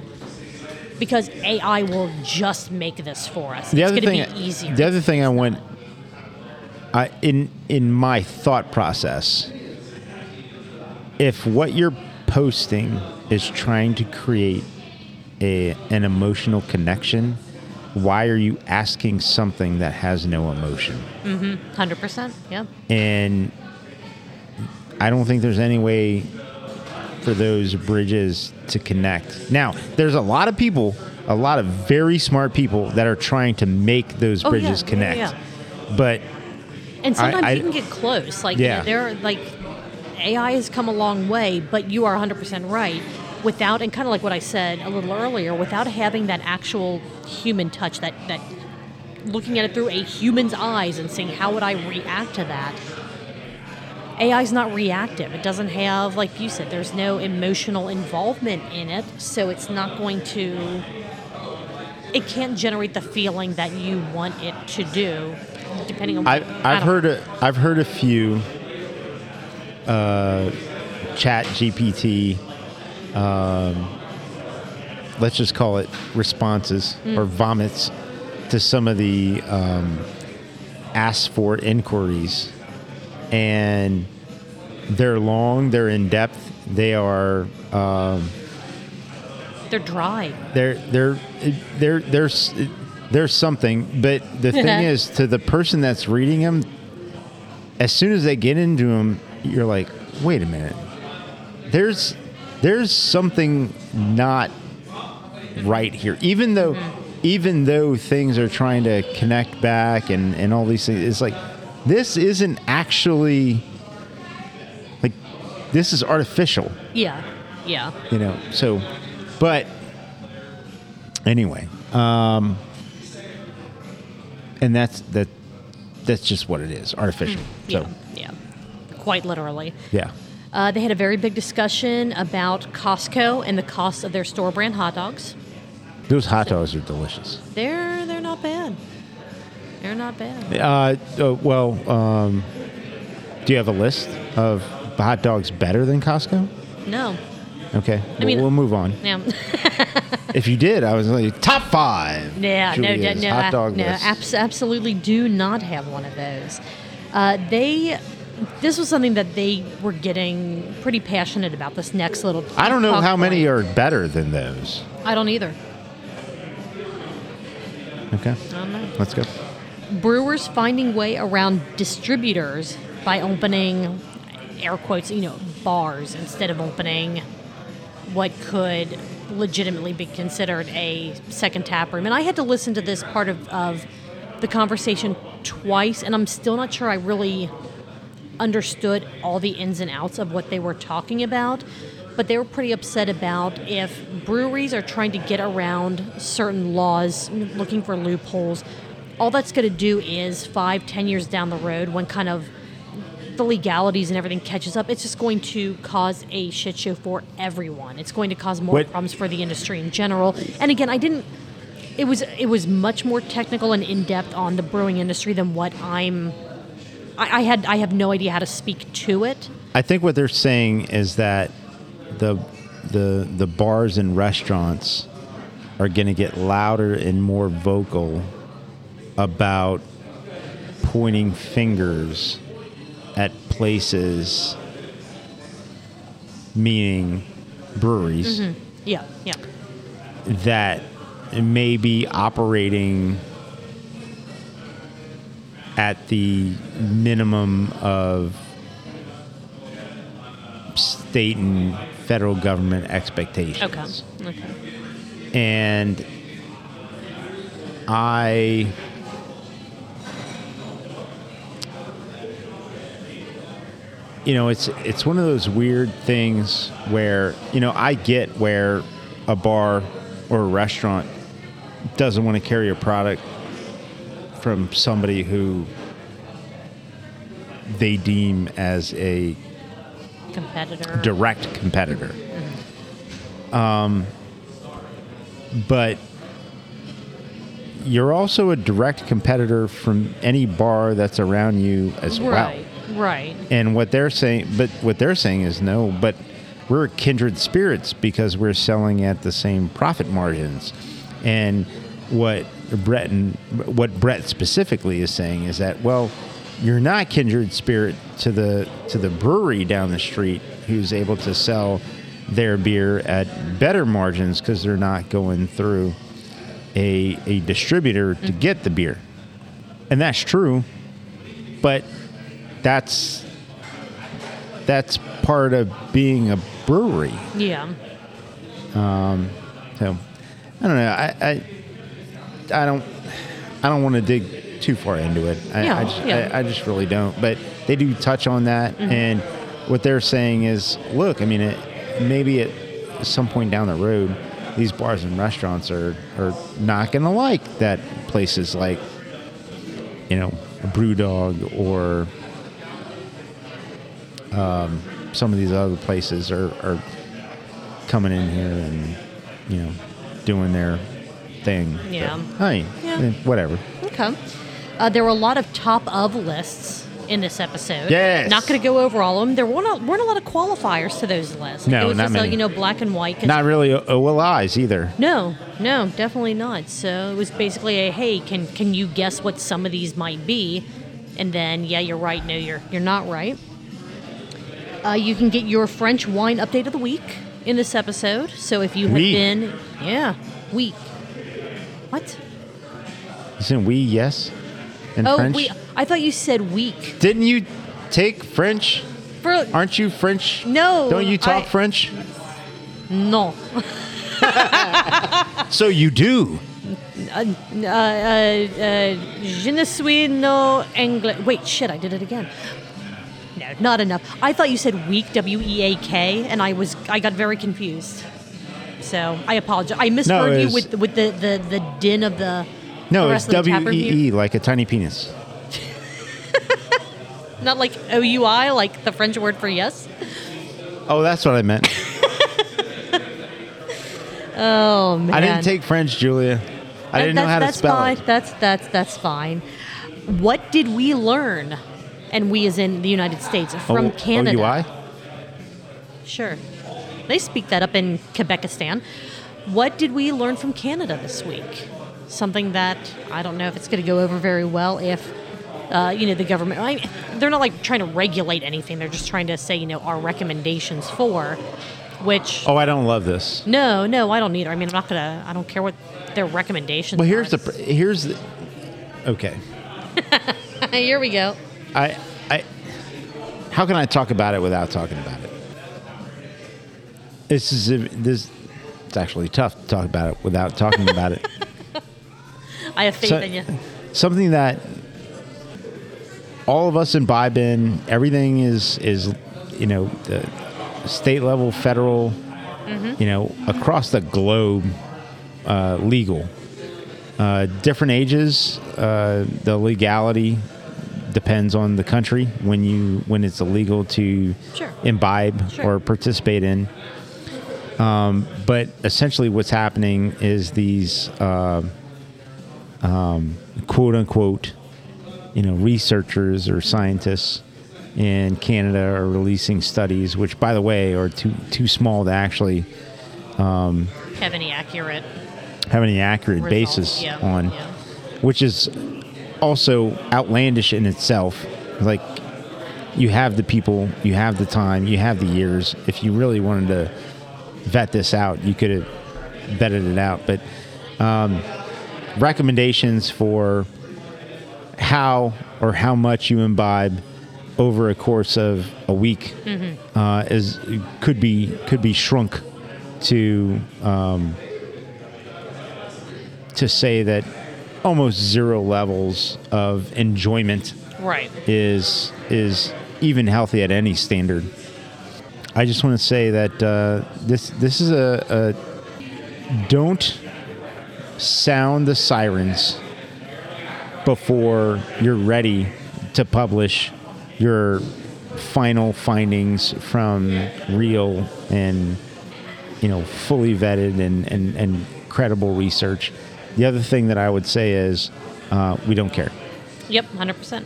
S3: because AI will just make this for us.
S2: the
S3: it's
S2: other
S3: going
S2: thing
S3: to be easier.
S2: the other thing I went I in in my thought process if what you're posting is trying to create a an emotional connection why are you asking something that has no emotion
S3: 100%. Yeah.
S2: and I don't think there's any way for those bridges to connect. Now, there's a lot of people, a lot of very smart people that are trying to make those
S3: Oh, yeah,
S2: bridges
S3: yeah,
S2: connect.
S3: yeah.
S2: But
S3: And sometimes
S2: I-
S3: you can get close. Like
S2: Yeah.
S3: they're like AI has come a long way, but you are 100% right. Without and kind of like what I said a little earlier, without having that actual human touch, that that looking at it through a human's eyes and seeing how would I react to that. AI's not reactive. It doesn't have like you said there's no emotional involvement in it, so it's not going to it can't generate the feeling that you want it to do depending on
S2: I,
S3: what- I
S2: I've
S3: don't-
S2: heard a, I've heard a few uh, Chat GPT, um, let's just call it responses or vomits to some of the um, asked for inquiries, and they're long, they're in depth, they are um,
S3: They're dry.
S2: they're they're they're they're s- they're something. But the thing is, to the person that's reading them, as soon as they get into them, you're like, wait a minute, there's there's something not right here. Even though even though things are trying to connect back and and all these things, it's like this isn't actually like this is artificial
S3: Yeah. Yeah.
S2: you know so but anyway um and that's that that's just what it is artificial
S3: Yeah.
S2: so
S3: Yeah. Quite literally.
S2: yeah
S3: Uh, they had a very big discussion about Costco and the cost of their store brand hot dogs.
S2: those hot dogs are delicious
S3: They're they're not bad. They're not bad.
S2: uh, uh well um do you have a list of hot dogs better than costco
S3: No.
S2: okay well,
S3: mean-
S2: we'll move on
S3: <laughs> No.
S2: if you did i was like top five
S3: Yeah, no, no,
S2: Julia's
S3: no,
S2: hot
S3: I-
S2: dog
S3: no
S2: list.
S3: abs- absolutely do not have one of those. Uh, they, this was something that they were getting pretty passionate about. This next little,
S2: i don't know
S3: talk
S2: how many
S3: point.
S2: are better than those
S3: I don't either.
S2: okay
S3: I don't know.
S2: let's go
S3: brewers finding way around distributors by opening air quotes you know bars instead of opening what could legitimately be considered a second tap room and i had to listen to this part of, of the conversation twice and i'm still not sure i really understood all the ins and outs of what they were talking about, but they were pretty upset about if breweries are trying to get around certain laws, looking for loopholes, all that's going to do is five, ten years down the road, when kind of the legalities and everything catches up, it's just going to cause a shit show for everyone. It's going to cause more
S2: What-
S3: problems for the industry in general. And again, I didn't. It was it was much more technical and in depth on the brewing industry than what I'm. I, I had I have no idea how to speak to it.
S2: I think what they're saying is that the the the bars and restaurants are going to get louder and more vocal about pointing fingers at places meaning breweries
S3: Yeah, yeah,
S2: that may be operating at the minimum of state and federal government
S3: okay,
S2: expectations.
S3: okay,
S2: And I you know, it's it's one of those weird things where, you know, I get where a bar or a restaurant doesn't want to carry a product from somebody who they deem as a
S3: competitor.
S2: direct competitor. Um, but you're also a direct competitor from any bar that's around you as well.
S3: right, right.
S2: And what they're saying, but what they're saying is no, but we're kindred spirits because we're selling at the same profit margins. And what Brett and what Brett specifically is saying is that well, you're not kindred spirit to the to the brewery down the street who's able to sell their beer at better margins because they're not going through a a distributor to get the beer. And that's true, but that's that's part of being a brewery.
S3: Yeah,
S2: So I don't know. I I, I don't I don't want to dig too far into it. I,
S3: Yeah,
S2: I, just,
S3: yeah. Mm-hmm.
S2: I, I just really don't. But they do touch on that, and what they're saying is, look, I mean, it, maybe at some point down the road, these bars and restaurants are are not going to like that places like you know BrewDog or um, some of these other places are, are coming in here and you know doing their thing.
S3: Yeah.
S2: But, hey,
S3: Yeah.
S2: eh, whatever.
S3: okay. Uh, there were a lot of top of lists in this episode.
S2: Yes.
S3: Not going to go over all of them. There weren't a, weren't a lot of qualifiers to those lists.
S2: No,
S3: it was
S2: not
S3: just a,
S2: many.
S3: you know black and white. 'cause-
S2: Not really uh, well eyes either.
S3: No, no, definitely not. So it was basically a hey, can can you guess what some of these might be? And then yeah, you're right. No, you're you're not right. Uh, you can get your French wine update of the week in this episode. So if you have
S2: Week.
S3: been yeah week, what?
S2: Isn't we yes in
S3: oh,
S2: French?
S3: we. I thought you said week.
S2: Didn't you take French?
S3: For,
S2: Aren't you French?
S3: No,
S2: Don't you talk
S3: I-
S2: French?
S3: no.
S2: So you do.
S3: Uh, uh, uh, je ne suis no anglais. Wait, shit, I did it again. No, not enough. I thought you said week, W E A K, and I was I got very confused. So I apologize. I misheard you
S2: it's-
S3: with with the, the, the din of the.
S2: No,
S3: the
S2: it's
S3: rest of the tap
S2: W E E, like a tiny penis.
S3: review. Not like O U I, like the French word for yes.
S2: Oh, that's what I meant.
S3: <laughs> Oh man. Uh,
S2: I didn't take French, Julia. I didn't know
S3: That's-
S2: how to
S3: that's
S2: spell
S3: fine.
S2: it.
S3: That's that's that's fine. What did we learn? And we, as in the United States, from
S2: O-
S3: Canada.
S2: OUI?
S3: Sure. They speak that up in Quebecistan. What did we learn from Canada this week? Something that I don't know if it's going to go over very well if, uh, you know, the government. I, they're not like trying to regulate anything. They're just trying to say, you know, our recommendations for, which.
S2: Oh, I don't love this.
S3: No, no, I don't either. I mean, I'm not going to. I don't care what their recommendations.
S2: Well, here's
S3: are.
S2: the
S3: <laughs>
S2: pr- here's the okay.
S3: Here we go.
S2: I I how can I talk about it without talking about it? This is a, this it's actually tough to talk about it without talking about it.
S3: I have faith
S2: So-
S3: in you.
S2: Something that all of us imbibe in. Everything is is you know the state level, federal, you know across the globe, uh, legal. Uh, different ages, uh, the legality depends on the country when you when it's illegal to
S3: Sure.
S2: imbibe
S3: Sure.
S2: or participate in. Um, but essentially, what's happening is these uh, um, quote unquote, you know, researchers or scientists in Canada are releasing studies, which, by the way, are too too small to actually
S3: Have any accurate
S2: have any accurate
S3: results.
S2: basis
S3: Yeah,
S2: on,
S3: yeah.
S2: which is also outlandish in itself. Like, you have the people, you have the time, you have the years. If you really wanted to vet this out, you could have vetted it out. But um, recommendations for how or how much you imbibe over a course of a week uh, is could be could be shrunk to to say that almost zero levels of enjoyment
S3: Right.
S2: is is even healthy at any standard. I just want to say that uh, this this is a, a don't sound the sirens before you're ready to publish your final findings from real and you know fully vetted and and, and credible research. The other thing that I would say is uh, we don't care.
S3: Yep, 100%.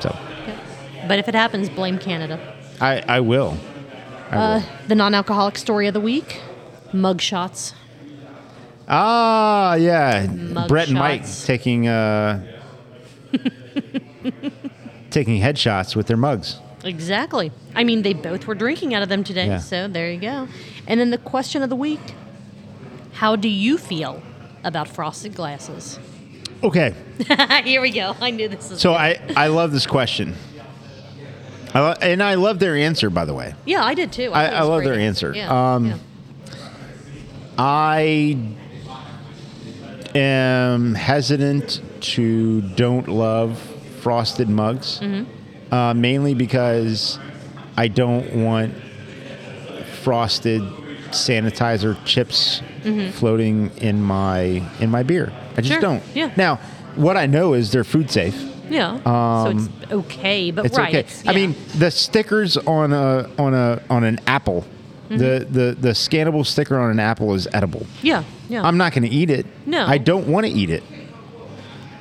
S2: So.
S3: Yep. But if it happens, blame Canada.
S2: I, I will. I
S3: Uh,
S2: will.
S3: the non alcoholic story of the week mugshots.
S2: Ah, yeah.
S3: Mug
S2: Brett and Mike
S3: shots.
S2: taking uh, taking headshots with their mugs.
S3: Exactly. I mean, they both were drinking out of them today,
S2: Yeah.
S3: so there you go. And then the question of the week How do you feel about frosted glasses? <laughs>
S2: Okay,
S3: Here we go. I knew this was.
S2: so I I love this question. I lo- and I love their answer, by the way.
S3: yeah, I did too.
S2: I-
S3: thought it
S2: I
S3: was
S2: love their
S3: great.
S2: answer.
S3: Yeah,
S2: Um,
S3: yeah.
S2: I am hesitant to don't love frosted mugs,
S3: Mm-hmm.
S2: uh, mainly because I don't want frosted sanitizer chips floating in my in my beer. I just
S3: Mm-hmm. Sure,
S2: don't.
S3: yeah.
S2: Now, what I know is they're food safe.
S3: Yeah. so it's okay, but
S2: um, It's
S3: right.
S2: okay.
S3: it's-
S2: I
S3: yeah.
S2: mean, the stickers on a on a on an apple,
S3: Mm-hmm.
S2: the, the the scannable sticker on an apple is edible.
S3: yeah, yeah.
S2: I'm not going to eat it.
S3: No.
S2: I don't want to eat it.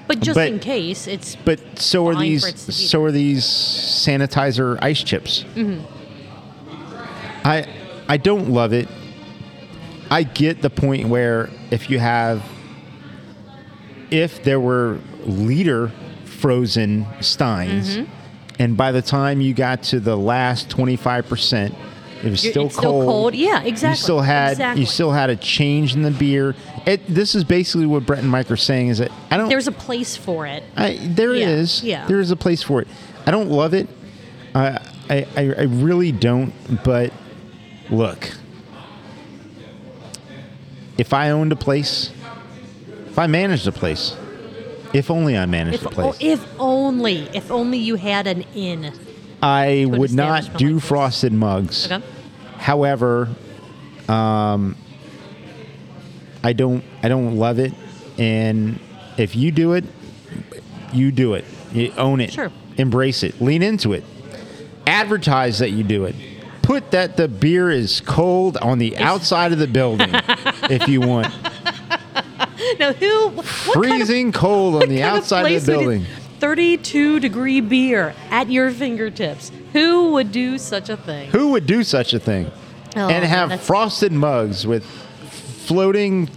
S3: but just
S2: but-
S3: in case, it's
S2: But so are
S3: Fine for its to be
S2: these so are these sanitizer ice chips.
S3: Mm-hmm.
S2: I I don't love it. I get the point where if you have if there were liter frozen steins
S3: Mm-hmm.
S2: and by the time you got to the last 25% it was
S3: You're-
S2: still
S3: it's still cold. Yeah, exactly.
S2: You still had
S3: Exactly.
S2: you still had a change in the beer. It, this is basically what Brett and Mike are saying is that I don't
S3: there's a place for it.
S2: I, there
S3: Yeah,
S2: is.
S3: yeah.
S2: There is a place for it. I don't love it. I, I, I I really don't. But look, if I owned a place, if I managed a place, if only I managed
S3: If,
S2: a
S3: oh,
S2: place,
S3: if only, if only you had an inn.
S2: I
S3: an
S2: would not
S3: establishment
S2: do
S3: like this.
S2: frosted mugs.
S3: Okay.
S2: However, um, I don't I don't love it, and if you do it, you do it. You own it.
S3: Sure.
S2: Embrace it. Lean into it. Advertise that you do it. Put that the beer is cold on the outside of the
S3: <laughs>
S2: building if you want.
S3: Now, who? What kind of,
S2: Freezing cold on the
S3: kind of
S2: outside of
S3: place
S2: the
S3: would
S2: building.
S3: it- 32 degree beer at your fingertips. Who would do such a thing?
S2: Who would do such a thing?
S3: Oh,
S2: and have
S3: that's-
S2: frosted mugs with floating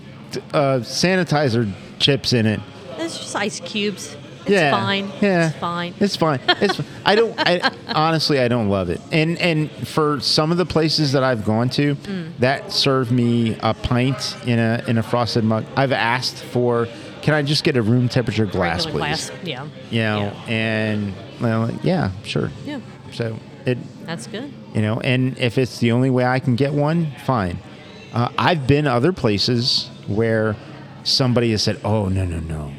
S2: uh, sanitizer chips in it.
S3: It's just ice cubes. It's
S2: yeah,
S3: fine.
S2: Yeah,
S3: It's fine.
S2: It's fine. It's.
S3: <laughs>
S2: fi- I don't. I, honestly, I don't love it. And and for some of the places that I've gone to,
S3: Mm.
S2: that serve me a pint in a in a frosted mug. I've asked for. Can I just get a room temperature glass,
S3: Regular
S2: please?
S3: glass. Yeah.
S2: You know,
S3: Yeah.
S2: and well, yeah, sure.
S3: Yeah.
S2: So it,
S3: That's good.
S2: you know, and if it's the only way I can get one, fine. Uh, I've been other places where somebody has said, "Oh no, no, no,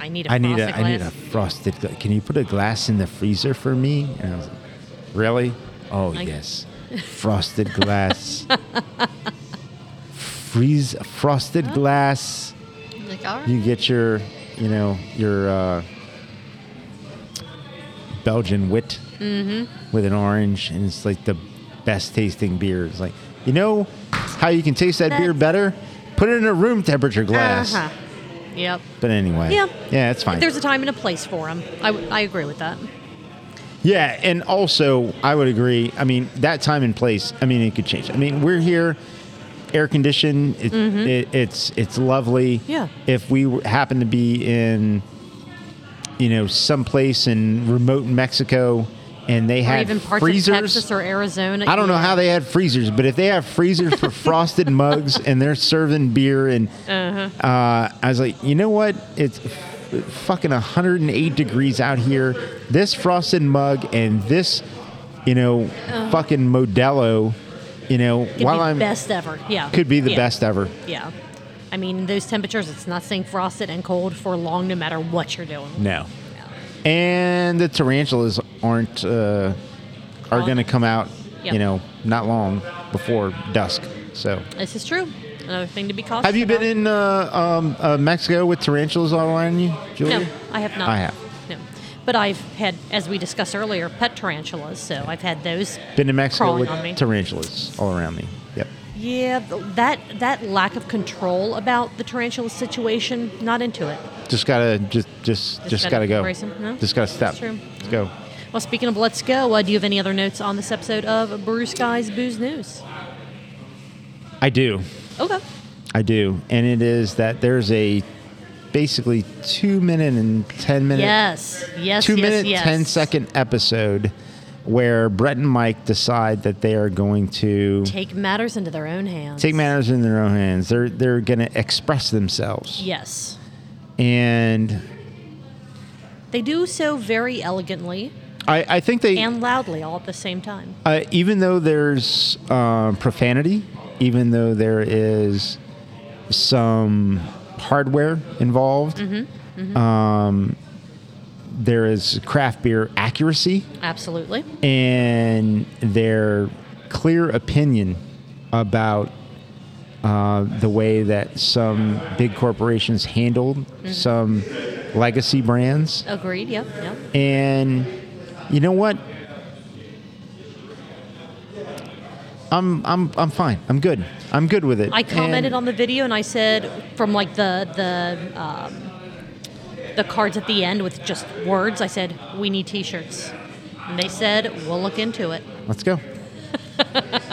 S3: I need a
S2: I need a
S3: frosted
S2: I need a
S3: glass.
S2: frosted. gla- Can you put a glass in the freezer for me? And I was like, really? Oh
S3: I-
S2: yes, frosted glass. Freeze frosted glass.
S3: Like, like, all right.
S2: You get your, you know, your uh, Belgian wit
S3: Mm-hmm.
S2: with an orange, and it's like the best tasting beer. It's like, you know, how you can taste that beer
S3: That's-
S2: better? Put it in a room temperature glass.
S3: Uh-huh. Yep.
S2: But anyway,
S3: Yeah.
S2: yeah, it's fine.
S3: There's a time and a place for them. I, w- I agree with that.
S2: Yeah, and also I would agree. I mean, that time and place. I mean, it could change. I mean, we're here, air conditioned. It, it, it's it's lovely.
S3: Mm-hmm. Yeah.
S2: If we were- happen to be in, you know, someplace in remote Mexico, and they
S3: Or
S2: had
S3: even parts
S2: freezers.
S3: of Texas or Arizona.
S2: I don't know
S3: yeah.
S2: how they had freezers, but if they have freezers
S3: <laughs>
S2: for frosted mugs and they're serving beer and
S3: Uh-huh.
S2: uh I was like, you know what? It's f- fucking 108 degrees out here. This frosted mug and this, you know, fucking Modelo, you know,
S3: Uh-huh. Could
S2: while
S3: be
S2: I'm
S3: best ever. Yeah.
S2: could be the
S3: Yeah.
S2: best ever.
S3: Yeah. I mean, those temperatures, it's not staying frosted and cold for long no matter what you're doing.
S2: No. And the tarantulas aren't uh, are
S3: Gone.
S2: going to come out,
S3: Yep.
S2: you know, not long before dusk. So
S3: This is true. Another thing to be cautious
S2: Have you been
S3: about.
S2: in uh, um, uh, Mexico with tarantulas all around you, Julia?
S3: No, I have not.
S2: I have.
S3: No. But I've had, as we discussed earlier, pet tarantulas, so I've had those.
S2: Been to Mexico
S3: Crawling
S2: with
S3: on me.
S2: tarantulas all around me. Yep.
S3: Yeah, th- that that lack of control about the tarantula situation, not into it.
S2: Just gotta just just just, gotta,
S3: gotta
S2: go.
S3: embrace 'em, no?
S2: Just gotta step.
S3: That's true.
S2: Let's go.
S3: Well, speaking of Let's Go, uh, do you have any other notes on this episode of Brew Skies Booze News?
S2: I do.
S3: Okay.
S2: I do. And it is that there's a basically two minute and ten minute
S3: Yes. Yes.
S2: two
S3: yes,
S2: minute
S3: yes.
S2: ten second episode where Brett and Mike decide that they are going to
S3: Take matters into their own hands.
S2: take matters in their own hands. They're they're gonna express themselves.
S3: Yes.
S2: And
S3: They do so very elegantly
S2: I, I think they
S3: and loudly all at the same time.
S2: Uh, even though there's uh, profanity, even though there is some hardware involved, Um, there is craft beer accuracy
S3: Absolutely.
S2: and their clear opinion about uh, the way that some big corporations handled some legacy brands.
S3: Agreed. Yep. Yep.
S2: And you know what? I'm I'm I'm fine. I'm good. I'm good with it.
S3: I commented
S2: And-
S3: on the video and I said from like the the um, the cards at the end with just words. I said we need T-shirts, and they said we'll look into it.
S2: Let's go.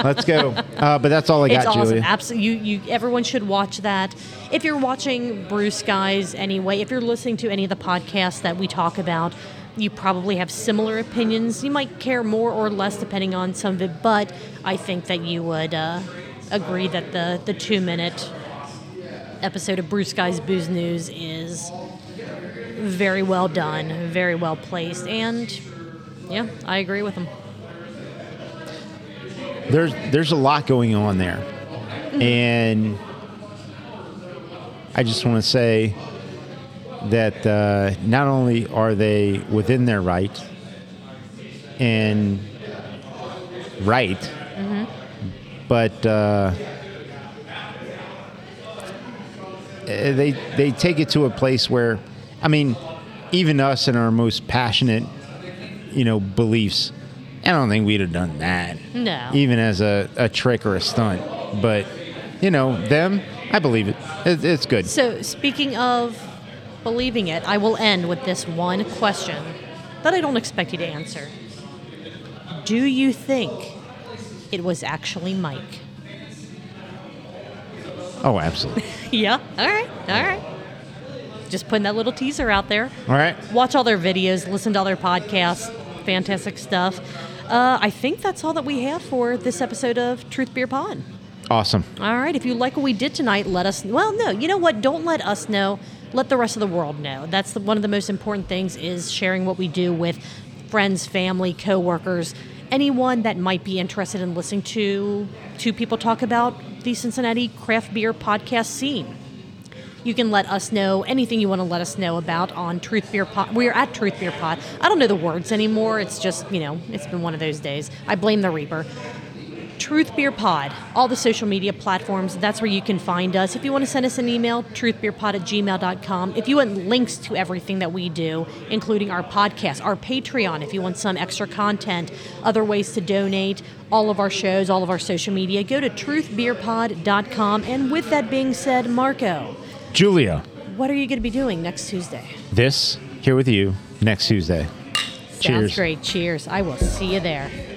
S2: Let's go. Uh, but that's all I
S3: <laughs> It's
S2: got,
S3: awesome.
S2: Julia.
S3: Absolutely, you, you. Everyone should watch that. If you're watching Bruce Guys anyway, if you're listening to any of the podcasts that we talk about, you probably have similar opinions. You might care more or less depending on some of it, but I think that you would uh, agree that the the two minute episode of Bruce Guys Booze News is very well done, very well placed, and yeah, I agree with him.
S2: There's there's a lot going on there, and I just want to say that uh, not only are they within their right and right, but uh, eh, they they take it to a place where, I mean, even us in our most passionate, you know, beliefs, I don't think we'd have done that.
S3: No.
S2: Even as a, a trick or a stunt, but you know them, I believe it. it it's good.
S3: So, speaking of believing it, I will end with this one question that I don't expect you to answer. Do you think it was actually Mike?
S2: Oh, absolutely.
S3: yeah. All right. All right. Just putting that little teaser out there.
S2: All right.
S3: Watch all their videos, listen to all their podcasts. Fantastic stuff. Uh, I think that's all that we have for this episode of Truth Beer Pod.
S2: Awesome.
S3: All right. If you like what we did tonight, let us. Well, no. You know what? Don't let us know. Let the rest of the world know. That's the, one of the most important things is sharing what we do with friends, family, coworkers, anyone that might be interested in listening to two people talk about the Cincinnati craft beer podcast scene. You can let us know anything you want to let us know about on Truth Beer Pod. We're at Truth Beer Pod. I don't know the words anymore. It's just you know, it's been one of those days. I blame the Reaper Truth Beer Pod, all the social media platforms. That's where you can find us. If you want to send us an email, truthbeerpod at gmail.com. If you want links to everything that we do, including our podcast, our Patreon, if you want some extra content, other ways to donate, all of our shows, all of our social media, go to truthbeerpod.com. And with that being said, Marco,
S2: Julia,
S3: what are you going to be doing next Tuesday?
S2: this here with you next Tuesday.
S3: Sounds
S2: Cheers.
S3: great. Cheers. I will see you there.